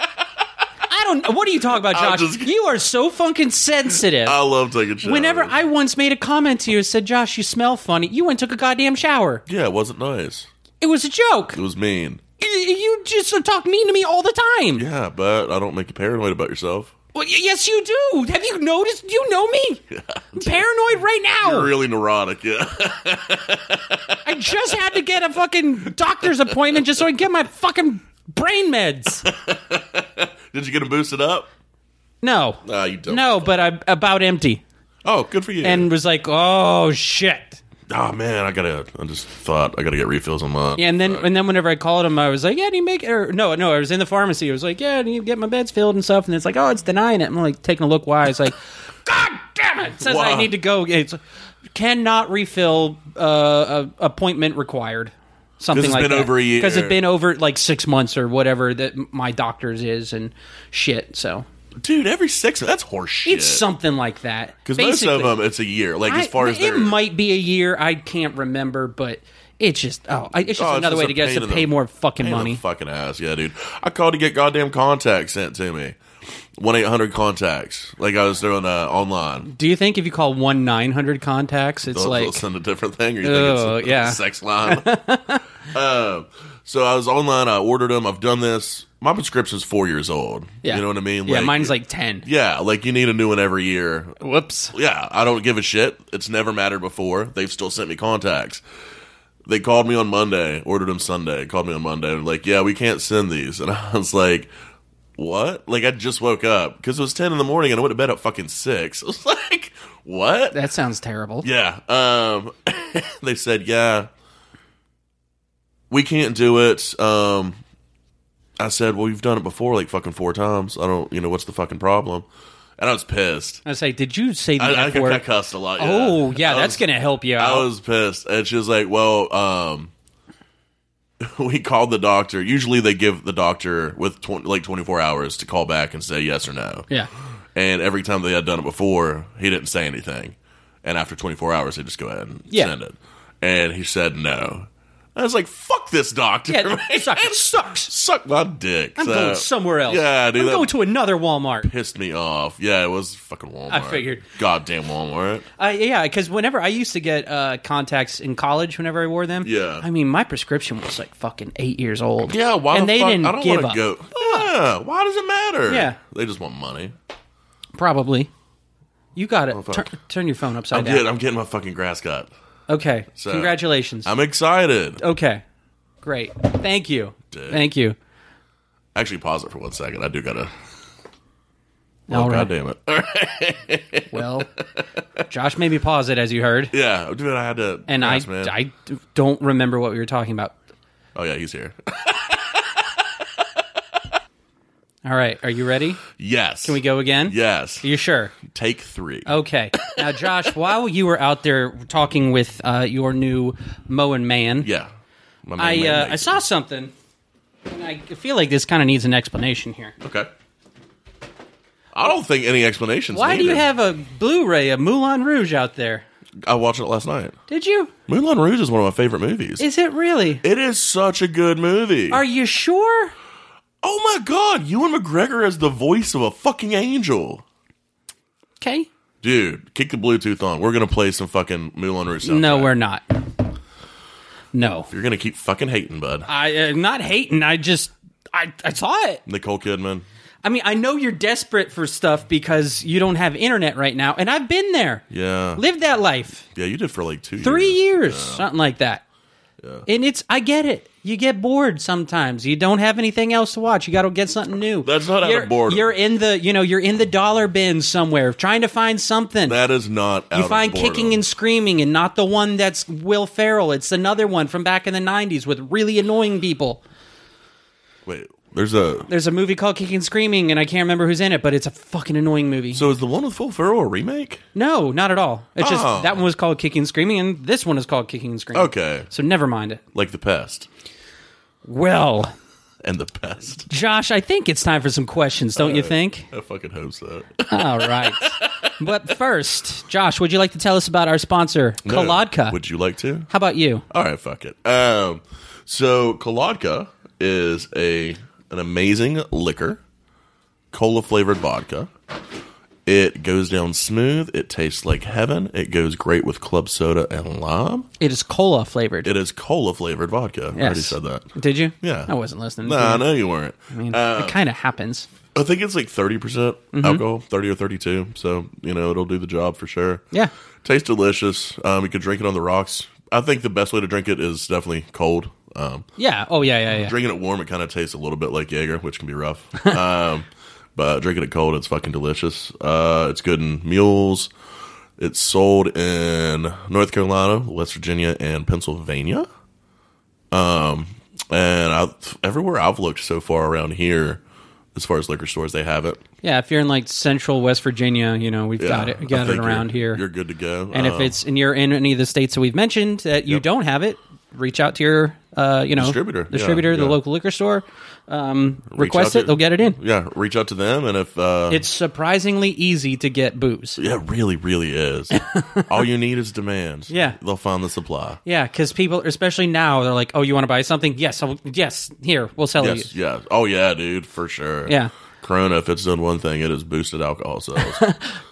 Speaker 1: I don't. know. What are you talking about,
Speaker 2: I'm
Speaker 1: Josh?
Speaker 2: just-
Speaker 1: You are so fucking sensitive.
Speaker 2: I love taking showers.
Speaker 1: Whenever I once made a comment to you and said, "Josh, you smell funny," you went and took a goddamn shower.
Speaker 2: yeah, it wasn't nice.
Speaker 1: It was a joke.
Speaker 2: It was mean.
Speaker 1: You- You just talk mean to me all the time.
Speaker 2: Yeah, but I don't make you paranoid about yourself.
Speaker 1: Well, y- yes, you do. Have you noticed? You know me. I'm paranoid right now.
Speaker 2: You're really neurotic, yeah.
Speaker 1: I just had to get a fucking doctor's appointment just so I can get my fucking brain meds.
Speaker 2: Did you get him boosted up?
Speaker 1: No,
Speaker 2: No, you don't.
Speaker 1: no, but I'm about empty,
Speaker 2: Oh, good for you.
Speaker 1: and was like, oh shit.
Speaker 2: oh man, I gotta. I just thought I gotta get refills on mine.
Speaker 1: Yeah, and then and then whenever I called him, I was like, "Yeah, do you make?" Or no, no, I was in the pharmacy. I was like, "Yeah, do you get my meds filled and stuff?" And it's like, "Oh, it's denying it." I'm like taking a look. Why? It's like, "God damn it!" Says I
Speaker 2: Wow.
Speaker 1: need to go. It's cannot refill uh, a, appointment required. Something
Speaker 2: 'Cause it's
Speaker 1: like
Speaker 2: been over a year.
Speaker 1: because it's been over like six months or whatever that m- my doctor's is and shit. So
Speaker 2: dude, every six. That's horse shit.
Speaker 1: it's something like that.
Speaker 2: Because most of
Speaker 1: Basically,
Speaker 2: them, it's a year. Like as
Speaker 1: I-
Speaker 2: far as
Speaker 1: it
Speaker 2: their,
Speaker 1: might be a year, I can't remember, but it's just oh, I, it's just
Speaker 2: Oh, it's
Speaker 1: another
Speaker 2: just
Speaker 1: way
Speaker 2: a
Speaker 1: to get us
Speaker 2: pain
Speaker 1: to
Speaker 2: in the-
Speaker 1: pay more fucking
Speaker 2: Pain in the
Speaker 1: money.
Speaker 2: fucking ass, yeah, dude. I called to get goddamn contacts sent to me. One eight hundred contacts. Like I was doing uh, online.
Speaker 1: Do you think if you call one nine hundred contacts, it's
Speaker 2: They'll, they'll
Speaker 1: like
Speaker 2: send a different thing, or you
Speaker 1: Ugh,
Speaker 2: think it's a
Speaker 1: yeah.
Speaker 2: sex line? Um, so I was online. I ordered them. I've done this. My prescription's four years old.
Speaker 1: yeah.
Speaker 2: You know what I mean?
Speaker 1: Yeah, mine's like ten.
Speaker 2: Yeah, like you need a new one every year.
Speaker 1: Whoops.
Speaker 2: Yeah, I don't give a shit. It's never mattered before. They've still sent me contacts. They called me on Monday, ordered them Sunday, called me on Monday, and like, yeah, we can't send these. And I was like, what? Like, I just woke up because it was 10 in the morning and I went to bed at fucking 6. I was like, what?
Speaker 1: That sounds terrible.
Speaker 2: Yeah. Um, they said, yeah, we can't do it. Um, I said, well, you've done it before like fucking four times. I don't, you know, what's the fucking problem? And I was pissed.
Speaker 1: I was like, did you say the
Speaker 2: I, I,
Speaker 1: F
Speaker 2: got-
Speaker 1: word?
Speaker 2: I cussed a lot. Yeah.
Speaker 1: oh yeah,
Speaker 2: I
Speaker 1: that's
Speaker 2: was,
Speaker 1: gonna help you out.
Speaker 2: I was pissed, and she was like, "Well, um, we called the doctor. Usually, they give the doctor with tw- like twenty four hours to call back and say yes or no.
Speaker 1: yeah.
Speaker 2: And every time they had done it before, he didn't say anything. And after twenty four hours, they just go ahead and
Speaker 1: Yeah.
Speaker 2: send it. And he said no. I was like, "Fuck this doctor!
Speaker 1: Yeah,
Speaker 2: man.
Speaker 1: it sucks. It sucks.
Speaker 2: Suck my dick."
Speaker 1: I'm going somewhere else.
Speaker 2: Yeah, dude,
Speaker 1: I'm
Speaker 2: that
Speaker 1: going to another Walmart.
Speaker 2: pissed me off. Yeah, it was fucking Walmart.
Speaker 1: I figured.
Speaker 2: Goddamn Walmart.
Speaker 1: Uh, yeah, because whenever I used to get uh, contacts in college, whenever I wore them,
Speaker 2: Yeah.
Speaker 1: I mean my prescription was like fucking eight years old.
Speaker 2: Yeah, why
Speaker 1: and
Speaker 2: the
Speaker 1: they
Speaker 2: fuck?
Speaker 1: didn't
Speaker 2: I don't
Speaker 1: give
Speaker 2: wanna
Speaker 1: up.
Speaker 2: go. Yeah, why does it matter?
Speaker 1: Yeah.
Speaker 2: they just want money.
Speaker 1: Probably. You got it.
Speaker 2: Oh, fuck.
Speaker 1: Tur- turn your phone upside
Speaker 2: I'm
Speaker 1: down.
Speaker 2: getting, I'm getting my fucking grass cut.
Speaker 1: Okay. Congratulations.
Speaker 2: I'm excited.
Speaker 1: Okay. Great. Thank you.
Speaker 2: Dude.
Speaker 1: Thank you.
Speaker 2: Actually, pause it for one second. I do gotta.
Speaker 1: All
Speaker 2: Oh, God
Speaker 1: right.
Speaker 2: damn it! All right.
Speaker 1: Well, Josh made me pause it as you heard,
Speaker 2: Yeah, dude, I had to.
Speaker 1: and I
Speaker 2: grass, man.
Speaker 1: I d- don't remember what we were talking about.
Speaker 2: Oh yeah, he's here.
Speaker 1: All right, are you ready?
Speaker 2: yes.
Speaker 1: Can we go again?
Speaker 2: Yes.
Speaker 1: You Oh. sure?
Speaker 2: Take three.
Speaker 1: Okay. Now, Josh, while you were out there talking with uh, your new Moen man,
Speaker 2: Yeah. My man,
Speaker 1: I
Speaker 2: man,
Speaker 1: uh,
Speaker 2: man.
Speaker 1: I saw something, and I feel like this kind of needs an explanation here.
Speaker 2: Okay. I don't think any explanations.
Speaker 1: Why do you
Speaker 2: needed.
Speaker 1: have a Blu-ray of Moulin Rouge out there?
Speaker 2: I watched it last night.
Speaker 1: Did you?
Speaker 2: Moulin Rouge is one of my favorite movies.
Speaker 1: Is it really?
Speaker 2: it is such a good movie.
Speaker 1: Are you sure?
Speaker 2: Oh my god, Ewan McGregor is the voice of a fucking angel.
Speaker 1: Okay.
Speaker 2: Dude, kick the Bluetooth on. We're gonna play some fucking Moulin Rouge. soundtrack.
Speaker 1: No, we're not. No,
Speaker 2: You're gonna keep fucking hating, bud.
Speaker 1: I, am not hating. I just I I saw it.
Speaker 2: Nicole Kidman.
Speaker 1: I mean, I know you're desperate for stuff because you don't have internet right now, and I've been there,
Speaker 2: Yeah.
Speaker 1: lived that life
Speaker 2: Yeah, you did for like two
Speaker 1: three
Speaker 2: years.
Speaker 1: years, something like that. And it's I get it. You get bored sometimes. You don't have anything else to watch. You got to get something new.
Speaker 2: That's not out of
Speaker 1: you're,
Speaker 2: boredom.
Speaker 1: You're in the you know you're in the dollar bin somewhere trying to find something.
Speaker 2: That is not out
Speaker 1: You find
Speaker 2: of boredom.
Speaker 1: kicking and screaming, and not the one that's Will Ferrell. It's another one from back in the '90s with really annoying people.
Speaker 2: Wait, there's a
Speaker 1: There's a movie called Kicking and Screaming, and I can't remember who's in it, but it's a fucking annoying movie.
Speaker 2: So is the one with Full Ferrell a remake?
Speaker 1: no, not at all. It's just
Speaker 2: Oh.
Speaker 1: that one was called Kicking and Screaming, and this one is called Kicking and Screaming.
Speaker 2: Okay.
Speaker 1: so never mind it.
Speaker 2: Like the pest.
Speaker 1: Well,
Speaker 2: And the pest.
Speaker 1: Josh, I think it's time for some questions, don't
Speaker 2: Uh,
Speaker 1: you think?
Speaker 2: I fucking hope so.
Speaker 1: All right. but first, Josh, would you like to tell us about our sponsor, Kolodka?
Speaker 2: Would you like to?
Speaker 1: How about you?
Speaker 2: All right, fuck it. Um, so Kolodka is a an amazing liquor, cola flavored vodka. It goes down smooth. It tastes like heaven. It goes great with club soda and lime.
Speaker 1: It is cola flavored.
Speaker 2: It is cola flavored vodka. I already
Speaker 1: Yes.
Speaker 2: said that.
Speaker 1: Did you?
Speaker 2: Yeah.
Speaker 1: I wasn't listening.
Speaker 2: Nah, I know you weren't. Uh,
Speaker 1: I mean, it kind of happens.
Speaker 2: I think it's like 30% percent
Speaker 1: Mm-hmm.
Speaker 2: alcohol, 30 or 32. So, you know, it'll do the job for sure.
Speaker 1: Yeah.
Speaker 2: Tastes delicious. Um, you could drink it on the rocks. I think the best way to drink it is definitely cold. Um,
Speaker 1: Yeah. Oh yeah. Yeah. Yeah.
Speaker 2: drinking it warm, it kind of tastes a little bit like Jaeger, which can be rough. um, but drinking it cold, it's fucking delicious. Uh, it's good in mules. It's sold in North Carolina, West Virginia, and Pennsylvania. Um, and I, everywhere I've looked so far around here, as far as liquor stores, they have it.
Speaker 1: Yeah. If you're in like central West Virginia, you know we've got
Speaker 2: Yeah,
Speaker 1: it.
Speaker 2: I
Speaker 1: Got it
Speaker 2: think
Speaker 1: around
Speaker 2: you're-
Speaker 1: here.
Speaker 2: You're good to go.
Speaker 1: and if
Speaker 2: Um,
Speaker 1: it's and you're in any of the states that we've mentioned that you don't have it, reach out to your uh, you know
Speaker 2: Distributor, yeah,
Speaker 1: distributor, the
Speaker 2: yeah.
Speaker 1: local liquor store. Um,
Speaker 2: out
Speaker 1: request
Speaker 2: to-
Speaker 1: it; they'll get it in.
Speaker 2: yeah, reach out to them, and if uh,
Speaker 1: It's surprisingly easy to get booze.
Speaker 2: yeah, it really, really is. All you need is demand.
Speaker 1: Yeah.
Speaker 2: they'll find the supply.
Speaker 1: Yeah, because people, especially now, they're like, "Oh, you want to buy something? Yes, I'll, yes, here we'll sell
Speaker 2: Yes,
Speaker 1: you."
Speaker 2: yeah. Oh yeah, dude, for sure.
Speaker 1: Yeah.
Speaker 2: Corona, if it's done one thing, it has boosted alcohol sales.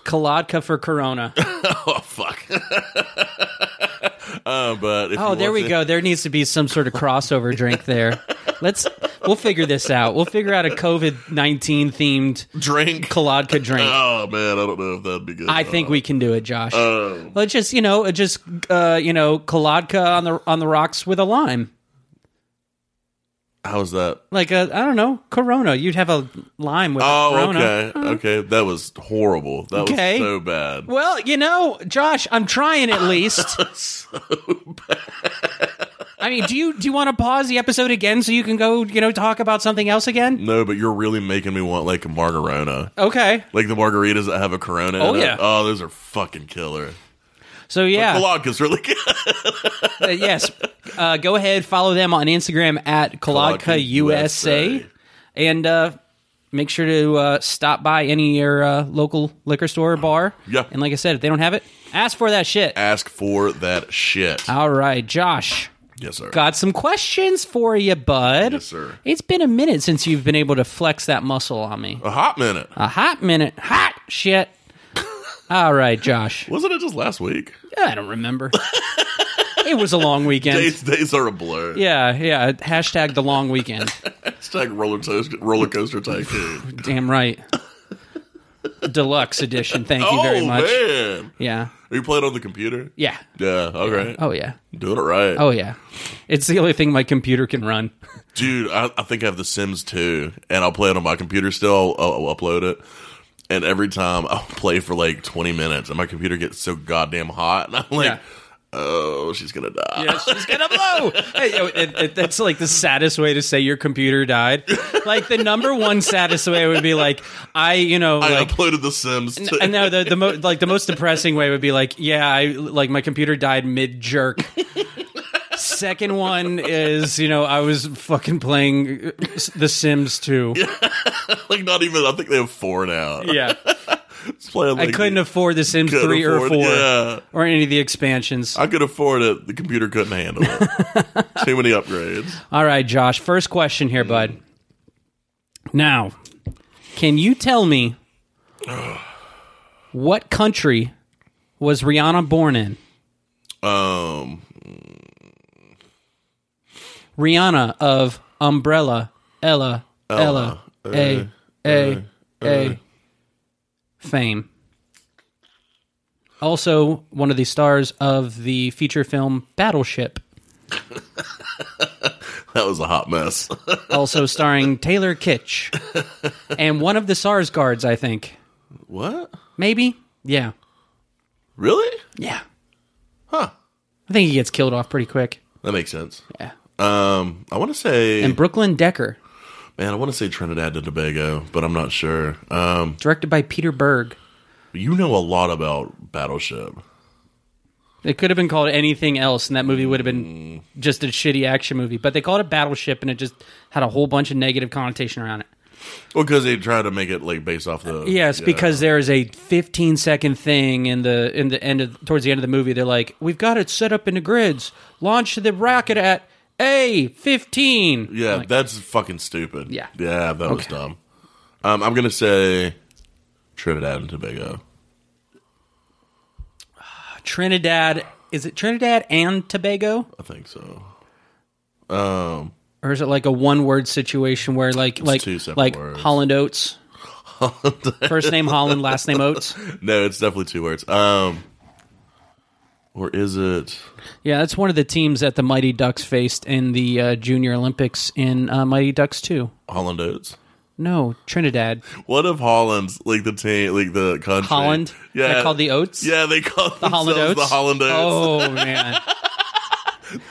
Speaker 1: Kaladka for Corona.
Speaker 2: oh fuck. uh, but if
Speaker 1: Oh,
Speaker 2: you
Speaker 1: there
Speaker 2: want
Speaker 1: we
Speaker 2: to-
Speaker 1: go. There needs to be some sort of crossover drink there. Let's we'll figure this out. We'll figure out a COVID nineteen themed
Speaker 2: Drink.
Speaker 1: Kaladka drink.
Speaker 2: Oh man, I don't know if that'd be good. Uh,
Speaker 1: I think we can do it, Josh. Let's just you know, just uh, you know, Kaladka on the on the rocks with a lime,
Speaker 2: How's that?
Speaker 1: like a I don't know Corona. You'd have a lime with a
Speaker 2: Oh,
Speaker 1: Corona. Uh-huh.
Speaker 2: okay, okay. That was horrible. That
Speaker 1: Okay.
Speaker 2: was so bad.
Speaker 1: Well, you know, Josh, I'm trying at least. I mean, do you do you want to pause the episode again so you can go you know talk about something else again?
Speaker 2: No, but you're really making me want like a margarona.
Speaker 1: Okay.
Speaker 2: Like the margaritas that have a Corona.
Speaker 1: Oh,
Speaker 2: in it.
Speaker 1: yeah.
Speaker 2: Oh, those are fucking killer.
Speaker 1: So yeah.
Speaker 2: Vodka's really good.
Speaker 1: Uh, yes. Uh, go ahead, follow them on Instagram at Kalodka
Speaker 2: Kalodka
Speaker 1: USA,
Speaker 2: USA.
Speaker 1: and uh, make sure to uh, stop by any of your uh, local liquor store or bar.
Speaker 2: Yeah.
Speaker 1: And like I said, if they don't have it, ask for that shit.
Speaker 2: Ask for that shit.
Speaker 1: All right, Josh.
Speaker 2: yes, sir.
Speaker 1: Got some questions for you, bud.
Speaker 2: Yes, sir.
Speaker 1: It's been a minute since you've been able to flex that muscle on me.
Speaker 2: A hot minute.
Speaker 1: A hot minute. Hot shit. All right, Josh.
Speaker 2: Wasn't it just last week?
Speaker 1: I don't remember. it was a long weekend.
Speaker 2: Days, days are a blur.
Speaker 1: Yeah, yeah. Hashtag the long weekend.
Speaker 2: Hashtag roller, toast, roller coaster tycoon.
Speaker 1: Damn right. Deluxe edition. Thank you
Speaker 2: oh
Speaker 1: very much.
Speaker 2: man,
Speaker 1: Yeah.
Speaker 2: are you playing on the computer?
Speaker 1: Yeah.
Speaker 2: Yeah. All right.
Speaker 1: Oh yeah.
Speaker 2: Doing it right,
Speaker 1: Oh yeah. It's the only thing my computer can run.
Speaker 2: dude. I, I think I have The Sims 2, and I'll play it on my computer still. I'll, I'll upload it, and every time I'll play for like 20 minutes, and my computer gets so goddamn hot, and I'm like,
Speaker 1: Yeah.
Speaker 2: oh, she's gonna die.
Speaker 1: Yeah, she's gonna blow. Hey, yo, it- it- that's like the saddest way to say your computer died. Like the number one saddest way would be like I, you know,
Speaker 2: I
Speaker 1: like
Speaker 2: uploaded The Sims 2.
Speaker 1: and no, the the mo- like the most depressing way would be like, yeah, I like my computer died mid jerk. Second one is, you know, I was fucking playing uh, The Sims 2.
Speaker 2: like not even. I think they have four now.
Speaker 1: Yeah.
Speaker 2: It's playing,
Speaker 1: I
Speaker 2: like,
Speaker 1: couldn't afford The Sims
Speaker 2: couldn't
Speaker 1: 3 or
Speaker 2: afford
Speaker 1: 4
Speaker 2: it. Yeah.
Speaker 1: or any of the expansions.
Speaker 2: I could afford it. The computer couldn't handle it. Too many upgrades.
Speaker 1: All right, Josh, first question here, bud. Now, can you tell me what country was Rihanna born in?
Speaker 2: Um,
Speaker 1: Rihanna of Umbrella, Ella, Ella,
Speaker 2: Eh,
Speaker 1: A, A, A, fame. Also, one of the stars of the feature film Battleship.
Speaker 2: that was a hot mess.
Speaker 1: also starring Taylor Kitsch and one of the SARS guards, I think.
Speaker 2: what?
Speaker 1: Maybe? Yeah.
Speaker 2: Really?
Speaker 1: Yeah.
Speaker 2: Huh.
Speaker 1: I think he gets killed off pretty quick.
Speaker 2: That makes sense.
Speaker 1: Yeah.
Speaker 2: Um, I want to say,
Speaker 1: And Brooklyn Decker,
Speaker 2: man, I want to say Trinidad and Tobago, but I'm not sure. Um,
Speaker 1: directed by Peter Berg.
Speaker 2: you know a lot about Battleship.
Speaker 1: It could have been called anything else, and that movie would have been just a shitty action movie. But they called it Battleship, and it just had a whole bunch of negative connotation around it.
Speaker 2: Well, because they tried to make it like based off the
Speaker 1: Uh, Yes,
Speaker 2: yeah.
Speaker 1: because there is a 15 second thing in the in the end of towards the end of the movie. They're like, "We've got it set up into grids. Launch the rocket at A 15."
Speaker 2: yeah, that's fucking stupid.
Speaker 1: Yeah.
Speaker 2: yeah, that was dumb. Um, I'm gonna say Trinidad and Tobago.
Speaker 1: Trinidad. Is it Trinidad and Tobago,
Speaker 2: I think so.
Speaker 1: or is it like a one word situation where like like
Speaker 2: two separate
Speaker 1: like
Speaker 2: words.
Speaker 1: Holland Oats?
Speaker 2: Holland.
Speaker 1: First name Holland, last name Oates.
Speaker 2: no, it's definitely two words. Um, or is it?
Speaker 1: Yeah, that's one of the teams that the Mighty Ducks faced in the uh, Junior Olympics in uh, Mighty Ducks 2.
Speaker 2: Holland Oats.
Speaker 1: No, Trinidad.
Speaker 2: What if Holland's like the team, like the country?
Speaker 1: Holland?
Speaker 2: Yeah,
Speaker 1: They're called the Oats?
Speaker 2: Yeah, they call the
Speaker 1: Holland Oats?
Speaker 2: The Holland Oats.
Speaker 1: Oh, man.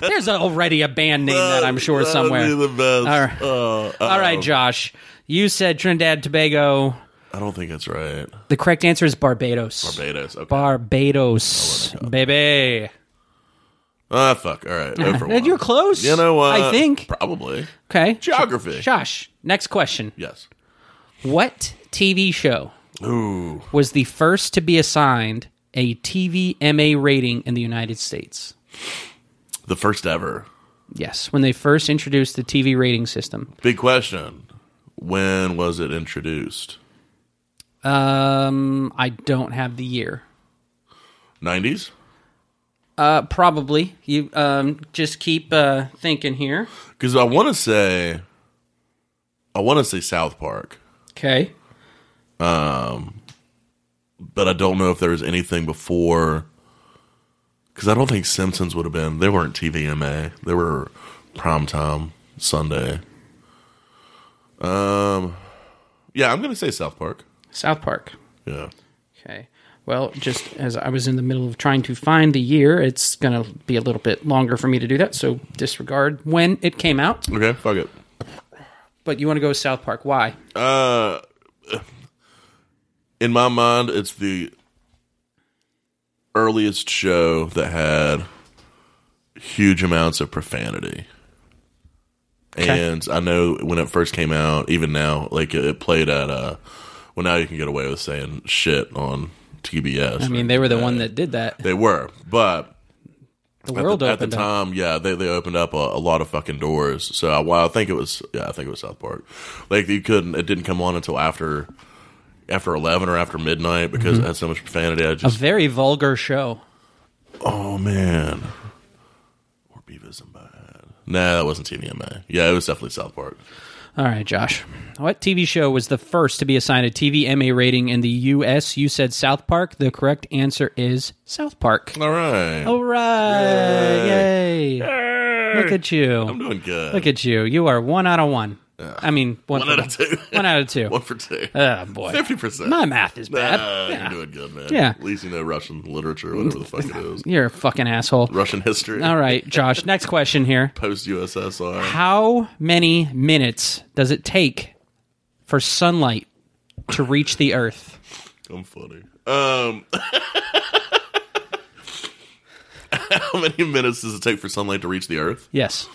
Speaker 1: There's already a band name that I'm sure
Speaker 2: That would
Speaker 1: somewhere.
Speaker 2: be the best.
Speaker 1: All right.
Speaker 2: Oh, uh,
Speaker 1: All right, Josh. You said Trinidad Tobago.
Speaker 2: I don't think that's right.
Speaker 1: The correct answer is Barbados.
Speaker 2: Potatoes. Okay. Oh,
Speaker 1: Barbados. Baby.
Speaker 2: ah, fuck. All right. oh for
Speaker 1: And
Speaker 2: one.
Speaker 1: you're close.
Speaker 2: You know what?
Speaker 1: I think.
Speaker 2: Probably.
Speaker 1: Okay.
Speaker 2: Geography.
Speaker 1: Josh, next question.
Speaker 2: yes.
Speaker 1: What TV show
Speaker 2: Ooh.
Speaker 1: was the first to be assigned a TVMA rating in the United States?
Speaker 2: The first ever.
Speaker 1: Yes, when they first introduced the TV rating system.
Speaker 2: Big question. When was it introduced?
Speaker 1: Um, I don't have the year.
Speaker 2: 90s?
Speaker 1: Uh, probably. You um, just keep uh, thinking here.
Speaker 2: Because I want to say, I want to say South Park,
Speaker 1: Okay.
Speaker 2: but I don't know if there was anything before. Because I don't think Simpsons would have been. They weren't TVMA. They were primetime Sunday. Um, yeah, I'm gonna say South Park.
Speaker 1: South Park.
Speaker 2: Yeah,
Speaker 1: Okay. Well, just as I was in the middle of trying to find the year, it's going to be a little bit longer for me to do that. So disregard when it came out.
Speaker 2: okay, fuck it.
Speaker 1: But you want to go South Park. Why?
Speaker 2: Uh, in my mind, it's the earliest show that had huge amounts of profanity. And I know when it first came out, even now, like it, it played at uh, well, now you can get away with saying shit on TBS.
Speaker 1: I mean, they were the one that did that.
Speaker 2: they were, but
Speaker 1: The
Speaker 2: at
Speaker 1: world
Speaker 2: the, at the
Speaker 1: opened up.
Speaker 2: time, yeah, they, they opened up a, a lot of fucking doors. So I, well, I think it was yeah, I think it was South Park. Like you couldn't, it didn't come on until after after eleven or after midnight because
Speaker 1: Mm-hmm.
Speaker 2: it had so much profanity. I
Speaker 1: A
Speaker 2: just
Speaker 1: very vulgar show.
Speaker 2: oh man, or Beavis and Bad. Nah, that wasn't TVMA. Yeah, it was definitely South Park.
Speaker 1: All right, Josh. What TV show was the first to be assigned a TVMA rating in the U.S.? You said South Park. The correct answer is South Park.
Speaker 2: All right,
Speaker 1: All right. Yay. Look at
Speaker 2: I'm
Speaker 1: you.
Speaker 2: doing good.
Speaker 1: Look at you. You are one out of one. I mean, one,
Speaker 2: one
Speaker 1: for-
Speaker 2: out of two.
Speaker 1: One out of two.
Speaker 2: One for two.
Speaker 1: Oh, boy.
Speaker 2: Fifty percent.
Speaker 1: My math is bad.
Speaker 2: you're
Speaker 1: Yeah.
Speaker 2: doing good, man.
Speaker 1: Yeah.
Speaker 2: At least you know Russian literature, whatever the fuck it is.
Speaker 1: You're a fucking asshole.
Speaker 2: Russian history.
Speaker 1: All right, Josh. Next question here.
Speaker 2: Post USSR.
Speaker 1: How many minutes does it take for sunlight to reach the earth?
Speaker 2: I'm funny. Um, how many minutes does it take for sunlight to reach the Earth?
Speaker 1: Yes.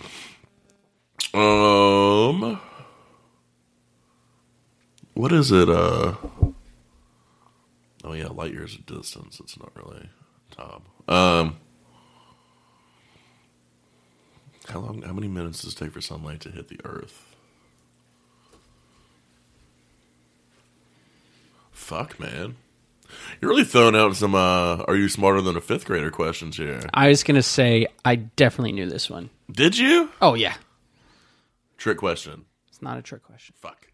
Speaker 2: Um, what is it? Uh, oh yeah, light years of distance. It's not really time. Um, how long? How many minutes does it take for sunlight to hit the Earth? Fuck, man. You're really throwing out some uh, "Are you smarter than a fifth grader?" questions here.
Speaker 1: I was going to say, I definitely knew this one.
Speaker 2: Did you
Speaker 1: Oh, yeah.
Speaker 2: trick question?
Speaker 1: It's not a trick question.
Speaker 2: Fuck.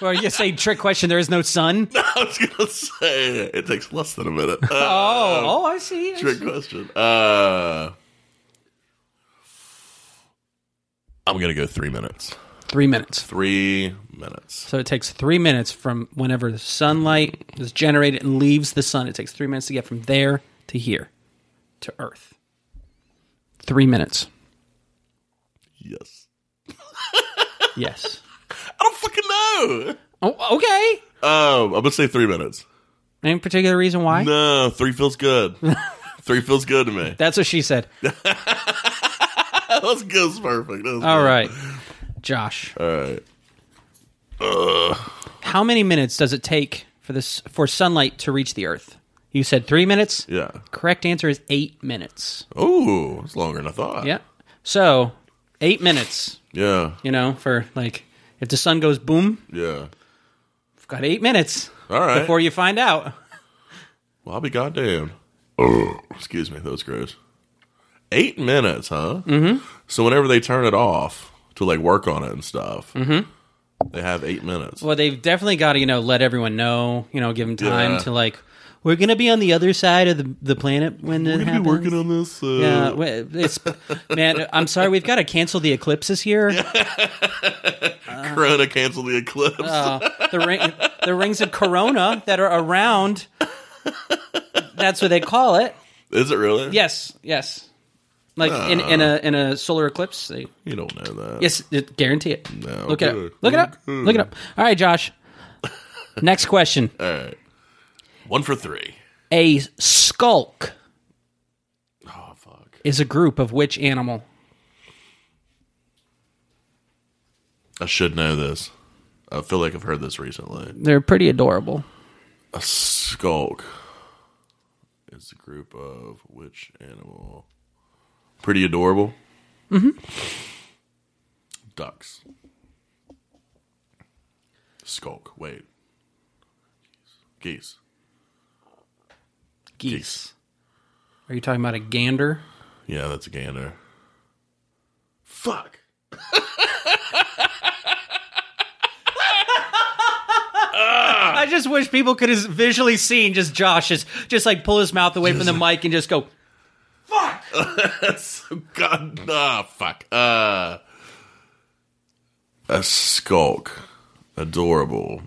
Speaker 1: Well, you say trick question, there is no sun?
Speaker 2: I was gonna say it takes less than a minute.
Speaker 1: Oh,
Speaker 2: Uh,
Speaker 1: oh, I see. I
Speaker 2: trick
Speaker 1: see.
Speaker 2: question. Uh, I'm gonna go three minutes.
Speaker 1: Three minutes.
Speaker 2: Three minutes.
Speaker 1: So it takes three minutes from whenever the sunlight is generated and leaves the sun. It takes three minutes to get from there to here, to Earth. Three minutes.
Speaker 2: Yes.
Speaker 1: Yes.
Speaker 2: I don't fucking know.
Speaker 1: oh, okay.
Speaker 2: Um, I'm gonna say three minutes.
Speaker 1: Any particular reason why?
Speaker 2: No, three feels good. three feels good to me.
Speaker 1: That's what she said.
Speaker 2: That was good. It's perfect. That was
Speaker 1: All
Speaker 2: good.
Speaker 1: right. Josh. All right. How many minutes does it take for this for sunlight to reach the earth? You said 3 minutes?
Speaker 2: Yeah.
Speaker 1: Correct answer is 8 minutes.
Speaker 2: Oh, it's longer than I thought.
Speaker 1: Yeah. So, 8 minutes,
Speaker 2: Yeah.
Speaker 1: you know, for like if the sun goes boom,
Speaker 2: Yeah.
Speaker 1: we've got 8 minutes
Speaker 2: All right.
Speaker 1: before you find out.
Speaker 2: Well, I'll be goddamn. Oh, excuse me, that was gross. Eight minutes, huh? Mm-hmm. So whenever they turn it off to like work on it and stuff, They have eight minutes.
Speaker 1: Well, they've definitely got to, you know, let everyone know, you know, give them time
Speaker 2: Yeah.
Speaker 1: to like, we're going to be on the other side of the, the planet when
Speaker 2: We're
Speaker 1: it
Speaker 2: gonna
Speaker 1: happens.
Speaker 2: be working on this. Uh,
Speaker 1: Yeah, wa- it's man. I'm sorry, we've got to cancel the eclipse this year.
Speaker 2: Corona cancel the eclipse.
Speaker 1: Uh, the ring, the rings of Corona that are around. That's what they call it.
Speaker 2: Is it really?
Speaker 1: Yes, yes. Like in, in
Speaker 2: Uh.
Speaker 1: a in a solar eclipse. They,
Speaker 2: You don't know that.
Speaker 1: yes, it- guarantee it.
Speaker 2: No,
Speaker 1: Look it
Speaker 2: okay,
Speaker 1: up. Look it up.
Speaker 2: okay.
Speaker 1: Look it up. All right, Josh. Next question.
Speaker 2: All right. One for three.
Speaker 1: A skulk
Speaker 2: Oh fuck.
Speaker 1: is a group of which animal?
Speaker 2: I should know this. I feel like I've heard this recently.
Speaker 1: They're pretty adorable.
Speaker 2: A skulk is a group of which animal? Pretty adorable. Mm-hmm. Ducks. Skulk. Wait. Geese.
Speaker 1: Geese.
Speaker 2: Geese.
Speaker 1: Are you talking about a gander?
Speaker 2: Yeah, that's a gander. Fuck.
Speaker 1: Uh, I just wish people could have visually seen just Josh just, just like pull his mouth away from the mic and just go,
Speaker 2: God, ah, fuck. Uh, a skulk. Adorable.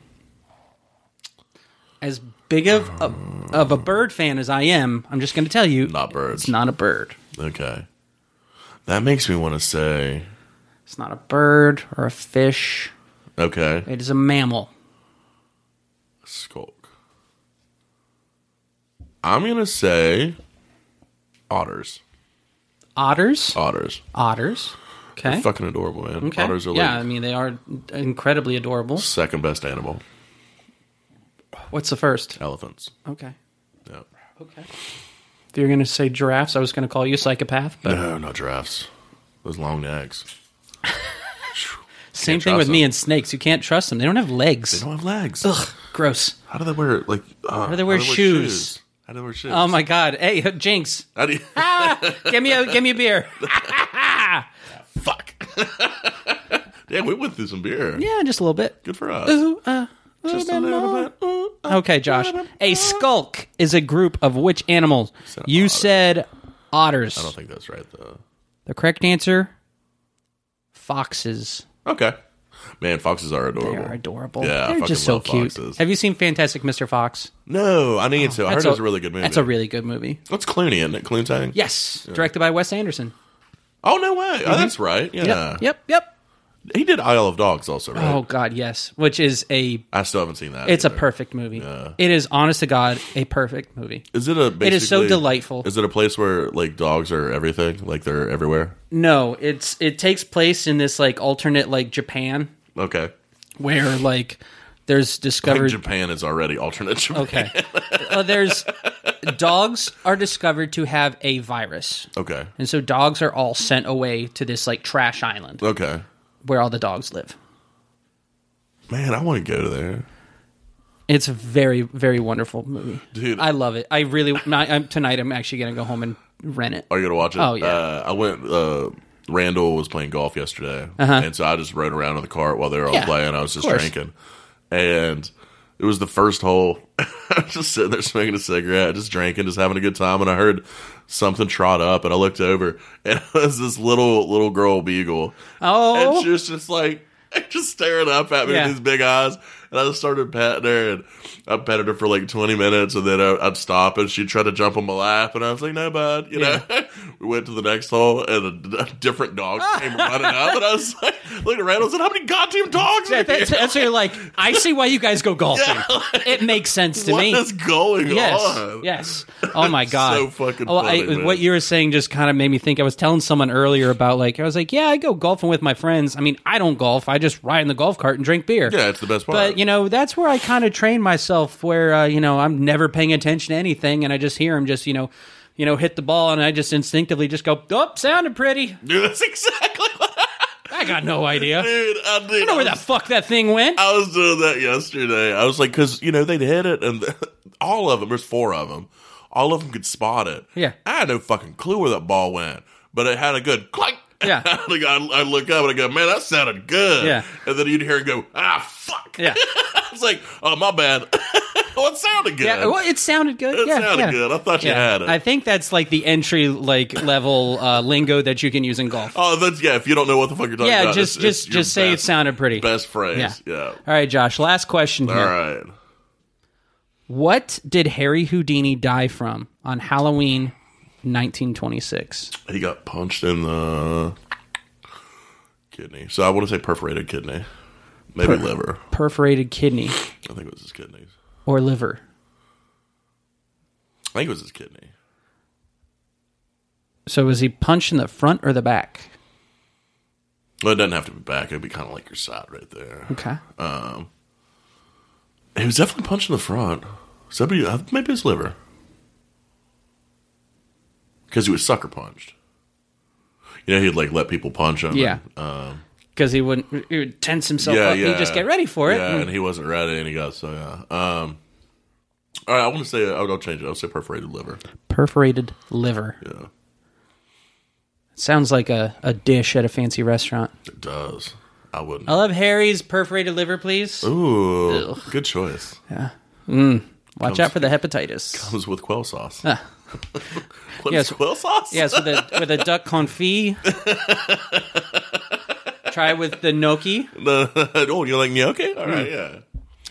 Speaker 1: as big of a, of a bird fan as I am, I'm just going to tell you,
Speaker 2: Not birds.
Speaker 1: it's not a bird.
Speaker 2: okay. That makes me want to say,
Speaker 1: It's not a bird or a fish.
Speaker 2: okay,
Speaker 1: It is a mammal.
Speaker 2: skulk. I'm going to say otters.
Speaker 1: Otters.
Speaker 2: Otters.
Speaker 1: Otters. Okay.
Speaker 2: Fucking adorable, man.
Speaker 1: Eh? Okay.
Speaker 2: Otters are like
Speaker 1: yeah, I mean they are incredibly adorable.
Speaker 2: second best animal.
Speaker 1: What's the first?
Speaker 2: Elephants.
Speaker 1: Okay.
Speaker 2: Yeah.
Speaker 1: Okay. If you're gonna say giraffes, I was gonna call you a psychopath, but
Speaker 2: No, not giraffes. Those long necks.
Speaker 1: same
Speaker 2: can't
Speaker 1: thing
Speaker 2: trust
Speaker 1: with me
Speaker 2: them.
Speaker 1: and snakes. You can't trust them. They don't have legs.
Speaker 2: They don't have legs.
Speaker 1: Ugh, gross.
Speaker 2: How do they wear like? Uh, how
Speaker 1: do they wear shoes?
Speaker 2: How do they wear shoes?
Speaker 1: Oh my god. Hey, Jinx,
Speaker 2: How do you,
Speaker 1: ah! give me a give me a beer.
Speaker 2: fuck. Damn, we went through some beer.
Speaker 1: Yeah, just a little bit.
Speaker 2: Good for us.
Speaker 1: Ooh, uh,
Speaker 2: Just a little bit. Ooh, uh,
Speaker 1: Okay, Josh. A skulk is a group of which animals? You said otters.
Speaker 2: I don't think that's right though.
Speaker 1: The correct answer foxes.
Speaker 2: Okay, man, foxes are adorable.
Speaker 1: They are adorable.
Speaker 2: Yeah, I
Speaker 1: They're
Speaker 2: fucking
Speaker 1: just so
Speaker 2: love
Speaker 1: cute.
Speaker 2: foxes.
Speaker 1: Have you seen Fantastic Mr. Fox?
Speaker 2: No, I need to. I heard
Speaker 1: That's
Speaker 2: it was a really good movie.
Speaker 1: That's a really good movie.
Speaker 2: That's Clooney, isn't it? Clooney.
Speaker 1: Yes, directed by Wes Anderson.
Speaker 2: Oh no way. Oh, that's
Speaker 1: Mm-hmm.
Speaker 2: right.
Speaker 1: Yep,
Speaker 2: Yeah.
Speaker 1: yep, yep.
Speaker 2: He did Isle of Dogs also, right?
Speaker 1: Oh God, yes. Which is a
Speaker 2: I still haven't seen that.
Speaker 1: it's a
Speaker 2: either.
Speaker 1: perfect movie. It is honest to God a perfect movie.
Speaker 2: Is it a?
Speaker 1: It is so
Speaker 2: basically-
Speaker 1: delightful.
Speaker 2: Is it a place where like dogs are everything? Like they're everywhere.
Speaker 1: No, it's it takes place in this like alternate like Japan
Speaker 2: Okay.
Speaker 1: where like there's
Speaker 2: I
Speaker 1: discovered
Speaker 2: think Japan is already alternate Japan.
Speaker 1: okay. Uh, there's dogs are discovered to have a virus.
Speaker 2: Okay.
Speaker 1: And so dogs are all sent away to this like trash island
Speaker 2: Okay.
Speaker 1: where all the dogs live.
Speaker 2: Man, I want to go there.
Speaker 1: It's a very very wonderful movie.
Speaker 2: Dude.
Speaker 1: I love it. I really not, I'm, tonight I'm actually going to go home and rent it.
Speaker 2: Are you going to watch it?
Speaker 1: Oh, yeah.
Speaker 2: Uh, I went, uh, Randall was playing golf yesterday. And so I just rode around in the cart while they were all
Speaker 1: Uh-huh. Yeah,
Speaker 2: playing. I was just
Speaker 1: course.
Speaker 2: drinking. And it was the first hole. I was just sitting there smoking a cigarette, just drinking, just having a good time. And I heard something trot up and I looked over and it was this little, little girl beagle.
Speaker 1: Oh.
Speaker 2: And she was just like, just staring up at me
Speaker 1: Yeah.
Speaker 2: with these big eyes. And I just started petting her, and I petted her for like 20 minutes, and then I, I'd stop, and she'd try to jump on my lap, and I was like, no, bud. You know, we went to the next hole, and a, a different dog came running up, and I was like, looking around, I said, how many goddamn dogs are
Speaker 1: That-
Speaker 2: here?
Speaker 1: That's, that's where you're like, I see why you guys go golfing. it makes sense to
Speaker 2: What
Speaker 1: me.
Speaker 2: is going
Speaker 1: Yes.
Speaker 2: on?
Speaker 1: Yes. Oh my god.
Speaker 2: so fucking
Speaker 1: Oh, I,
Speaker 2: funny, man.
Speaker 1: what you were saying just kind of made me think. I was telling someone earlier about like I was like, yeah, I go golfing with my friends. I mean, I don't golf. I just ride in the golf cart and drink beer.
Speaker 2: Yeah, it's the best part.
Speaker 1: But you know, that's where I kind of train myself. Where uh, you know, I'm never paying attention to anything, and I just hear him just you know, you know, hit the ball, and I just instinctively just go, oh, sounded pretty.
Speaker 2: Dude, that's exactly what
Speaker 1: I got no idea. I
Speaker 2: dude, I, did.
Speaker 1: don't know where the fuck that thing went.
Speaker 2: I was doing that yesterday. I was like, because you know they'd hit it, and all of them. There's four of them. All of them could spot it.
Speaker 1: Yeah.
Speaker 2: I had no fucking clue where that ball went, but it had a good clank,
Speaker 1: Yeah.
Speaker 2: Like, I, I look up and I go, man, that sounded good.
Speaker 1: Yeah.
Speaker 2: And then you'd hear it go, ah, fuck.
Speaker 1: Yeah.
Speaker 2: it's like, oh, my bad. well, it sounded good.
Speaker 1: Yeah, well, it sounded good.
Speaker 2: it
Speaker 1: yeah,
Speaker 2: sounded
Speaker 1: yeah.
Speaker 2: good. I thought you
Speaker 1: Yeah.
Speaker 2: had it.
Speaker 1: I think that's like the entry like level uh, lingo that you can use in golf.
Speaker 2: oh, that's, yeah. If you don't know what the fuck you're talking
Speaker 1: yeah,
Speaker 2: about,
Speaker 1: just
Speaker 2: it's-
Speaker 1: just
Speaker 2: it's your
Speaker 1: just say
Speaker 2: best-
Speaker 1: it sounded pretty.
Speaker 2: Best phrase. Yeah.
Speaker 1: All right, Josh. Last question here.
Speaker 2: All right.
Speaker 1: What did Harry Houdini die from on Halloween 1926?
Speaker 2: He got punched in the kidney. So I want to say perforated kidney. Maybe liver.
Speaker 1: Perforated kidney
Speaker 2: I think it was his kidneys.
Speaker 1: or liver?
Speaker 2: I think it was his kidney.
Speaker 1: So was he punched in the front or the back?
Speaker 2: Well, it doesn't have to be back. It'd be kind of like your side right there.
Speaker 1: Okay.
Speaker 2: Uh, He was definitely punched in the front. Somebody, uh, maybe his liver, because he was sucker punched. You know, he'd like let people punch him.
Speaker 1: Yeah.
Speaker 2: and, um,
Speaker 1: Because he wouldn't he would tense himself
Speaker 2: yeah,
Speaker 1: up.
Speaker 2: yeah.
Speaker 1: He'd just get ready for it.
Speaker 2: Yeah, and he wasn't ready, and he got so yeah. Um, all right, I want to say I'll, I'll change it. I'll say perforated liver.
Speaker 1: Perforated liver.
Speaker 2: Yeah,
Speaker 1: Sounds like a, a dish at a fancy restaurant.
Speaker 2: it does. I wouldn't.
Speaker 1: I love Harry's perforated liver, please.
Speaker 2: Ooh, good choice.
Speaker 1: Watch out for the hepatitis.
Speaker 2: It was with quail sauce. what is
Speaker 1: Ah. Yes.
Speaker 2: quail sauce?
Speaker 1: Yes, with a with a duck confit. Try with the gnocchi.
Speaker 2: oh, you're like gnocchi? All
Speaker 1: Hmm.
Speaker 2: right, yeah.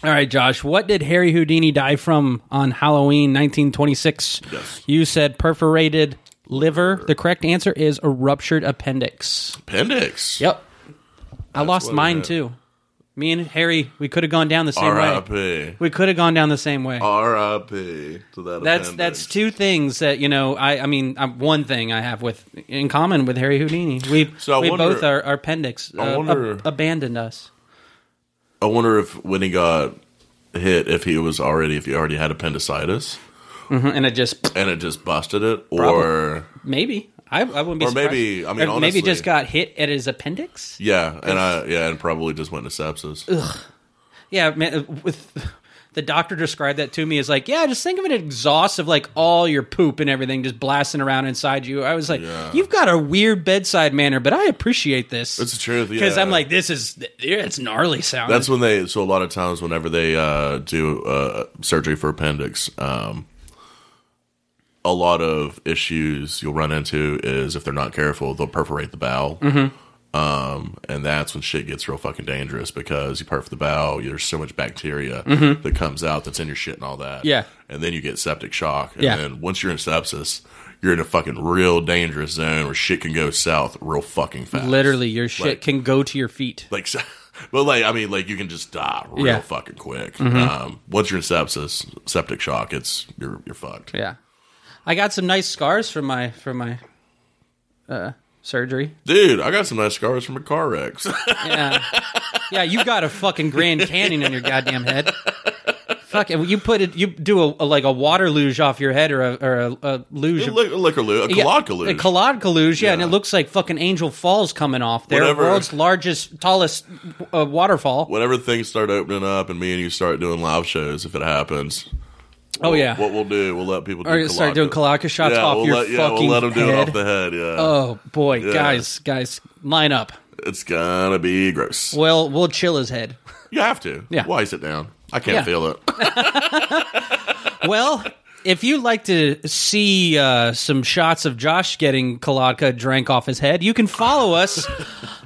Speaker 1: All right, Josh. What did Harry Houdini die from on Halloween 1926?
Speaker 2: Yes.
Speaker 1: You said perforated liver. The correct answer is a ruptured appendix.
Speaker 2: Appendix.
Speaker 1: Yep. I lost
Speaker 2: what it
Speaker 1: mine
Speaker 2: is.
Speaker 1: too. Me and Harry, we could have gone down the same way.
Speaker 2: R.I.P.
Speaker 1: We could have gone down the same way.
Speaker 2: R.I.P. to that.
Speaker 1: that's
Speaker 2: appendix.
Speaker 1: that's two things that you know. I I mean, um, one thing I have with in common with Harry Houdini. We
Speaker 2: So I
Speaker 1: we
Speaker 2: wonder-
Speaker 1: both our, our appendix uh,
Speaker 2: wonder-
Speaker 1: ab- abandoned us.
Speaker 2: I wonder if when he got hit, if he was already, if he already had appendicitis
Speaker 1: hmm And it just
Speaker 2: and it just busted it, or
Speaker 1: maybe I, I wouldn't be
Speaker 2: Or
Speaker 1: surprised.
Speaker 2: maybe, I mean,
Speaker 1: Or maybe
Speaker 2: honestly-
Speaker 1: it just got hit at his appendix.
Speaker 2: yeah, and I yeah, and probably just went to sepsis.
Speaker 1: Yeah, man, with the doctor described that to me as like, yeah, just think of an exhaust of like all your poop and everything just blasting around inside you. I was like,
Speaker 2: Yeah.
Speaker 1: you've got a weird bedside manner, but I appreciate this.
Speaker 2: That's the truth.
Speaker 1: because
Speaker 2: yeah.
Speaker 1: I'm like, this is it's gnarly sound.
Speaker 2: That's when they. So a lot of times, whenever they uh, do uh, surgery for appendix, um, a lot of issues you'll run into is if they're not careful, they'll perforate the bowel,
Speaker 1: Mm-hmm.
Speaker 2: um, and that's when shit gets real fucking dangerous because you perf the bowel, there's so much bacteria that comes out that's in your shit and all that.
Speaker 1: Mm-hmm. Yeah.
Speaker 2: and then you get septic shock, and
Speaker 1: Yeah.
Speaker 2: then once you're in sepsis. You're in a fucking real dangerous zone where shit can go south real fucking fast.
Speaker 1: Literally, your shit
Speaker 2: Like-
Speaker 1: can go to your feet.
Speaker 2: like so, but like i mean like you can just die real
Speaker 1: Yeah. Mm-hmm.
Speaker 2: fucking quick um once you're in sepsis septic shock it's you're you're fucked
Speaker 1: Yeah, I got some nice scars from my from my uh, surgery.
Speaker 2: dude i got some nice scars from a car wreck
Speaker 1: Yeah, yeah, you got a fucking Grand Canyon on your goddamn head. Fuck it, you put it, you do a, a- like a water luge off your head or a or a, a luge.
Speaker 2: Li- liquor loo- a
Speaker 1: Yeah,
Speaker 2: colodka loo.
Speaker 1: A Kalodka luge, yeah, and it
Speaker 2: Yeah.
Speaker 1: looks like fucking Angel Falls coming off there.
Speaker 2: Whatever.
Speaker 1: World's largest, tallest uh, waterfall.
Speaker 2: whenever things start opening up and me and you start doing live shows if it happens
Speaker 1: oh, yeah.
Speaker 2: what we'll do we'll let people do
Speaker 1: Or you start doing Kalodka shots
Speaker 2: yeah,
Speaker 1: off
Speaker 2: we'll
Speaker 1: your
Speaker 2: let, yeah,
Speaker 1: fucking
Speaker 2: we'll let them do it
Speaker 1: head.
Speaker 2: off the head yeah
Speaker 1: oh, boy. Guys, guys, line up.
Speaker 2: it's gonna be gross
Speaker 1: Well, we'll chill his head.
Speaker 2: you have to
Speaker 1: Yeah.
Speaker 2: why sit down i can't
Speaker 1: Yeah.
Speaker 2: feel it
Speaker 1: well, if you'd like to see uh, some shots of Josh getting Kalodka drank off his head, you can follow us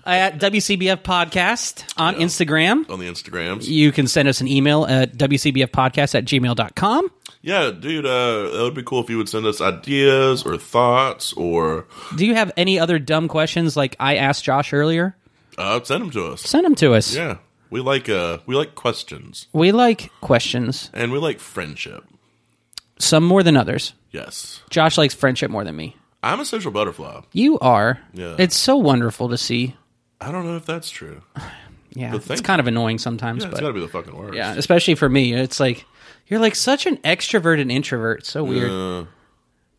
Speaker 1: at WCBF Podcast on Instagram.
Speaker 2: on the instagrams
Speaker 1: You can send us an email at WCBFpodcast at gmail.com.
Speaker 2: Yeah, dude, uh, that would be cool if you would send us ideas or thoughts or
Speaker 1: Do you have any other dumb questions like I asked Josh earlier?
Speaker 2: uh, send them to us.
Speaker 1: Send them to us.
Speaker 2: Yeah, we like uh, we like questions
Speaker 1: We like questions,
Speaker 2: and we like friendship.
Speaker 1: some more than others.
Speaker 2: Yes,
Speaker 1: Josh likes friendship more than me.
Speaker 2: I'm a social butterfly.
Speaker 1: You are.
Speaker 2: Yeah.
Speaker 1: It's so wonderful to see.
Speaker 2: I don't know if that's true.
Speaker 1: Yeah. It's
Speaker 2: thank
Speaker 1: kind of annoying sometimes,
Speaker 2: That's
Speaker 1: but
Speaker 2: got to be the fucking worst.
Speaker 1: Yeah, especially for me, it's like you're like such an extrovert and introvert. It's So weird.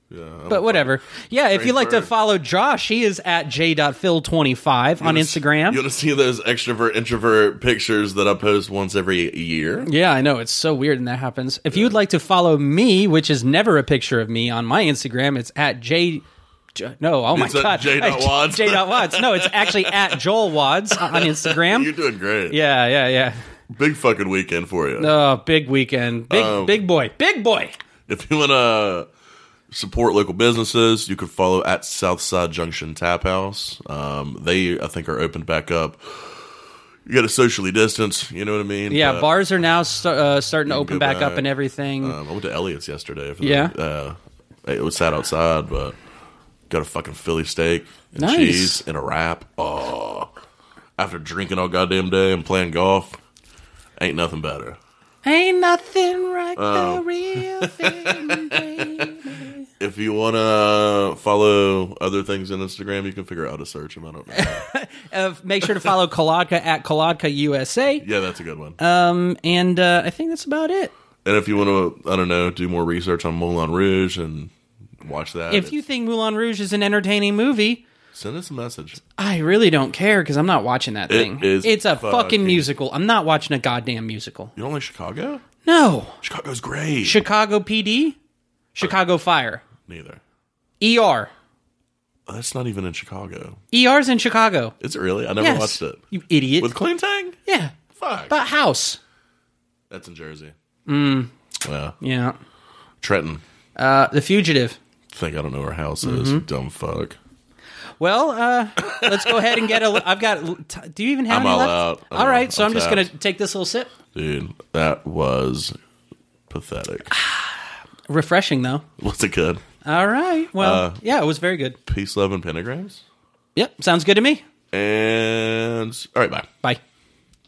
Speaker 2: yeah.
Speaker 1: but whatever. Yeah, if you like to
Speaker 2: bird.
Speaker 1: follow Josh, he is at j.phil25 on Instagram.
Speaker 2: You want to see those extrovert introvert pictures that I post once every year?
Speaker 1: yeah, I know. It's so weird when that happens. If you'd like to follow me, which is never a picture of me on my Instagram, it's at j J- no, oh my
Speaker 2: It's at
Speaker 1: god,
Speaker 2: J. dot Wads.
Speaker 1: J. dot Wads. No, it's actually at Joel Wads uh, on
Speaker 2: You're
Speaker 1: Instagram.
Speaker 2: doing great.
Speaker 1: Yeah, yeah, yeah.
Speaker 2: Big fucking weekend for you.
Speaker 1: Oh, big weekend, big
Speaker 2: Oh.
Speaker 1: big boy, big boy.
Speaker 2: If you want to support local businesses, you could follow at Southside Junction Tap House. Um, they, I think, are opened back up. You got to socially distance. You know what I mean?
Speaker 1: Yeah,
Speaker 2: But,
Speaker 1: bars are now st- uh, starting to open
Speaker 2: Uh, go
Speaker 1: back, up
Speaker 2: back.
Speaker 1: and everything.
Speaker 2: um, I went to Elliot's yesterday. For
Speaker 1: Yeah.
Speaker 2: The, uh, it was sat outside, but got a fucking Philly steak and
Speaker 1: Nice.
Speaker 2: cheese and a wrap. Oh, after drinking all goddamn day and playing golf, ain't nothing better.
Speaker 1: Ain't nothing like the real thing. baby.
Speaker 2: If you want to follow other things on Instagram, you can figure out how to search them. I don't know.
Speaker 1: uh, make sure to follow Kolodka at Kolodka USA.
Speaker 2: Yeah, that's a good one.
Speaker 1: Um, and uh, I think that's about it.
Speaker 2: and if you want to, I don't know, do more research on Moulin Rouge and watch that,
Speaker 1: If you think Moulin Rouge is an entertaining movie,
Speaker 2: send us a message.
Speaker 1: I really don't care because I'm not watching that thing.
Speaker 2: is
Speaker 1: it's a fucking
Speaker 2: fucking-
Speaker 1: musical. I'm not watching a goddamn musical.
Speaker 2: You don't like Chicago?
Speaker 1: No.
Speaker 2: Chicago's great.
Speaker 1: Chicago PD, Chicago Fire,
Speaker 2: Neither.
Speaker 1: ER.
Speaker 2: Oh, that's not even in Chicago.
Speaker 1: ER's E in Chicago.
Speaker 2: Is it really? I never
Speaker 1: Yes.
Speaker 2: watched it.
Speaker 1: You idiot.
Speaker 2: With Cleantang?
Speaker 1: yeah.
Speaker 2: Fuck.
Speaker 1: But house.
Speaker 2: that's in Jersey. Mm. Yeah.
Speaker 1: Yeah.
Speaker 2: Trenton.
Speaker 1: Uh, the Fugitive.
Speaker 2: Think I don't know where house is.
Speaker 1: Mm-hmm.
Speaker 2: Dumb fuck.
Speaker 1: Well, uh, let's go ahead and get a. I've got. t- Do you even have
Speaker 2: I'm
Speaker 1: any
Speaker 2: all
Speaker 1: left?
Speaker 2: out. I'm
Speaker 1: all right,
Speaker 2: all-
Speaker 1: so I'm
Speaker 2: I'm
Speaker 1: just
Speaker 2: tapped.
Speaker 1: gonna take this little sip.
Speaker 2: Dude, that was pathetic.
Speaker 1: Refreshing though.
Speaker 2: Was it good?
Speaker 1: All right.
Speaker 2: Uh,
Speaker 1: Well, yeah, it was very good.
Speaker 2: Peace, love, and pentagrams.
Speaker 1: Yep, sounds good to me.
Speaker 2: And all right, bye.
Speaker 1: Bye.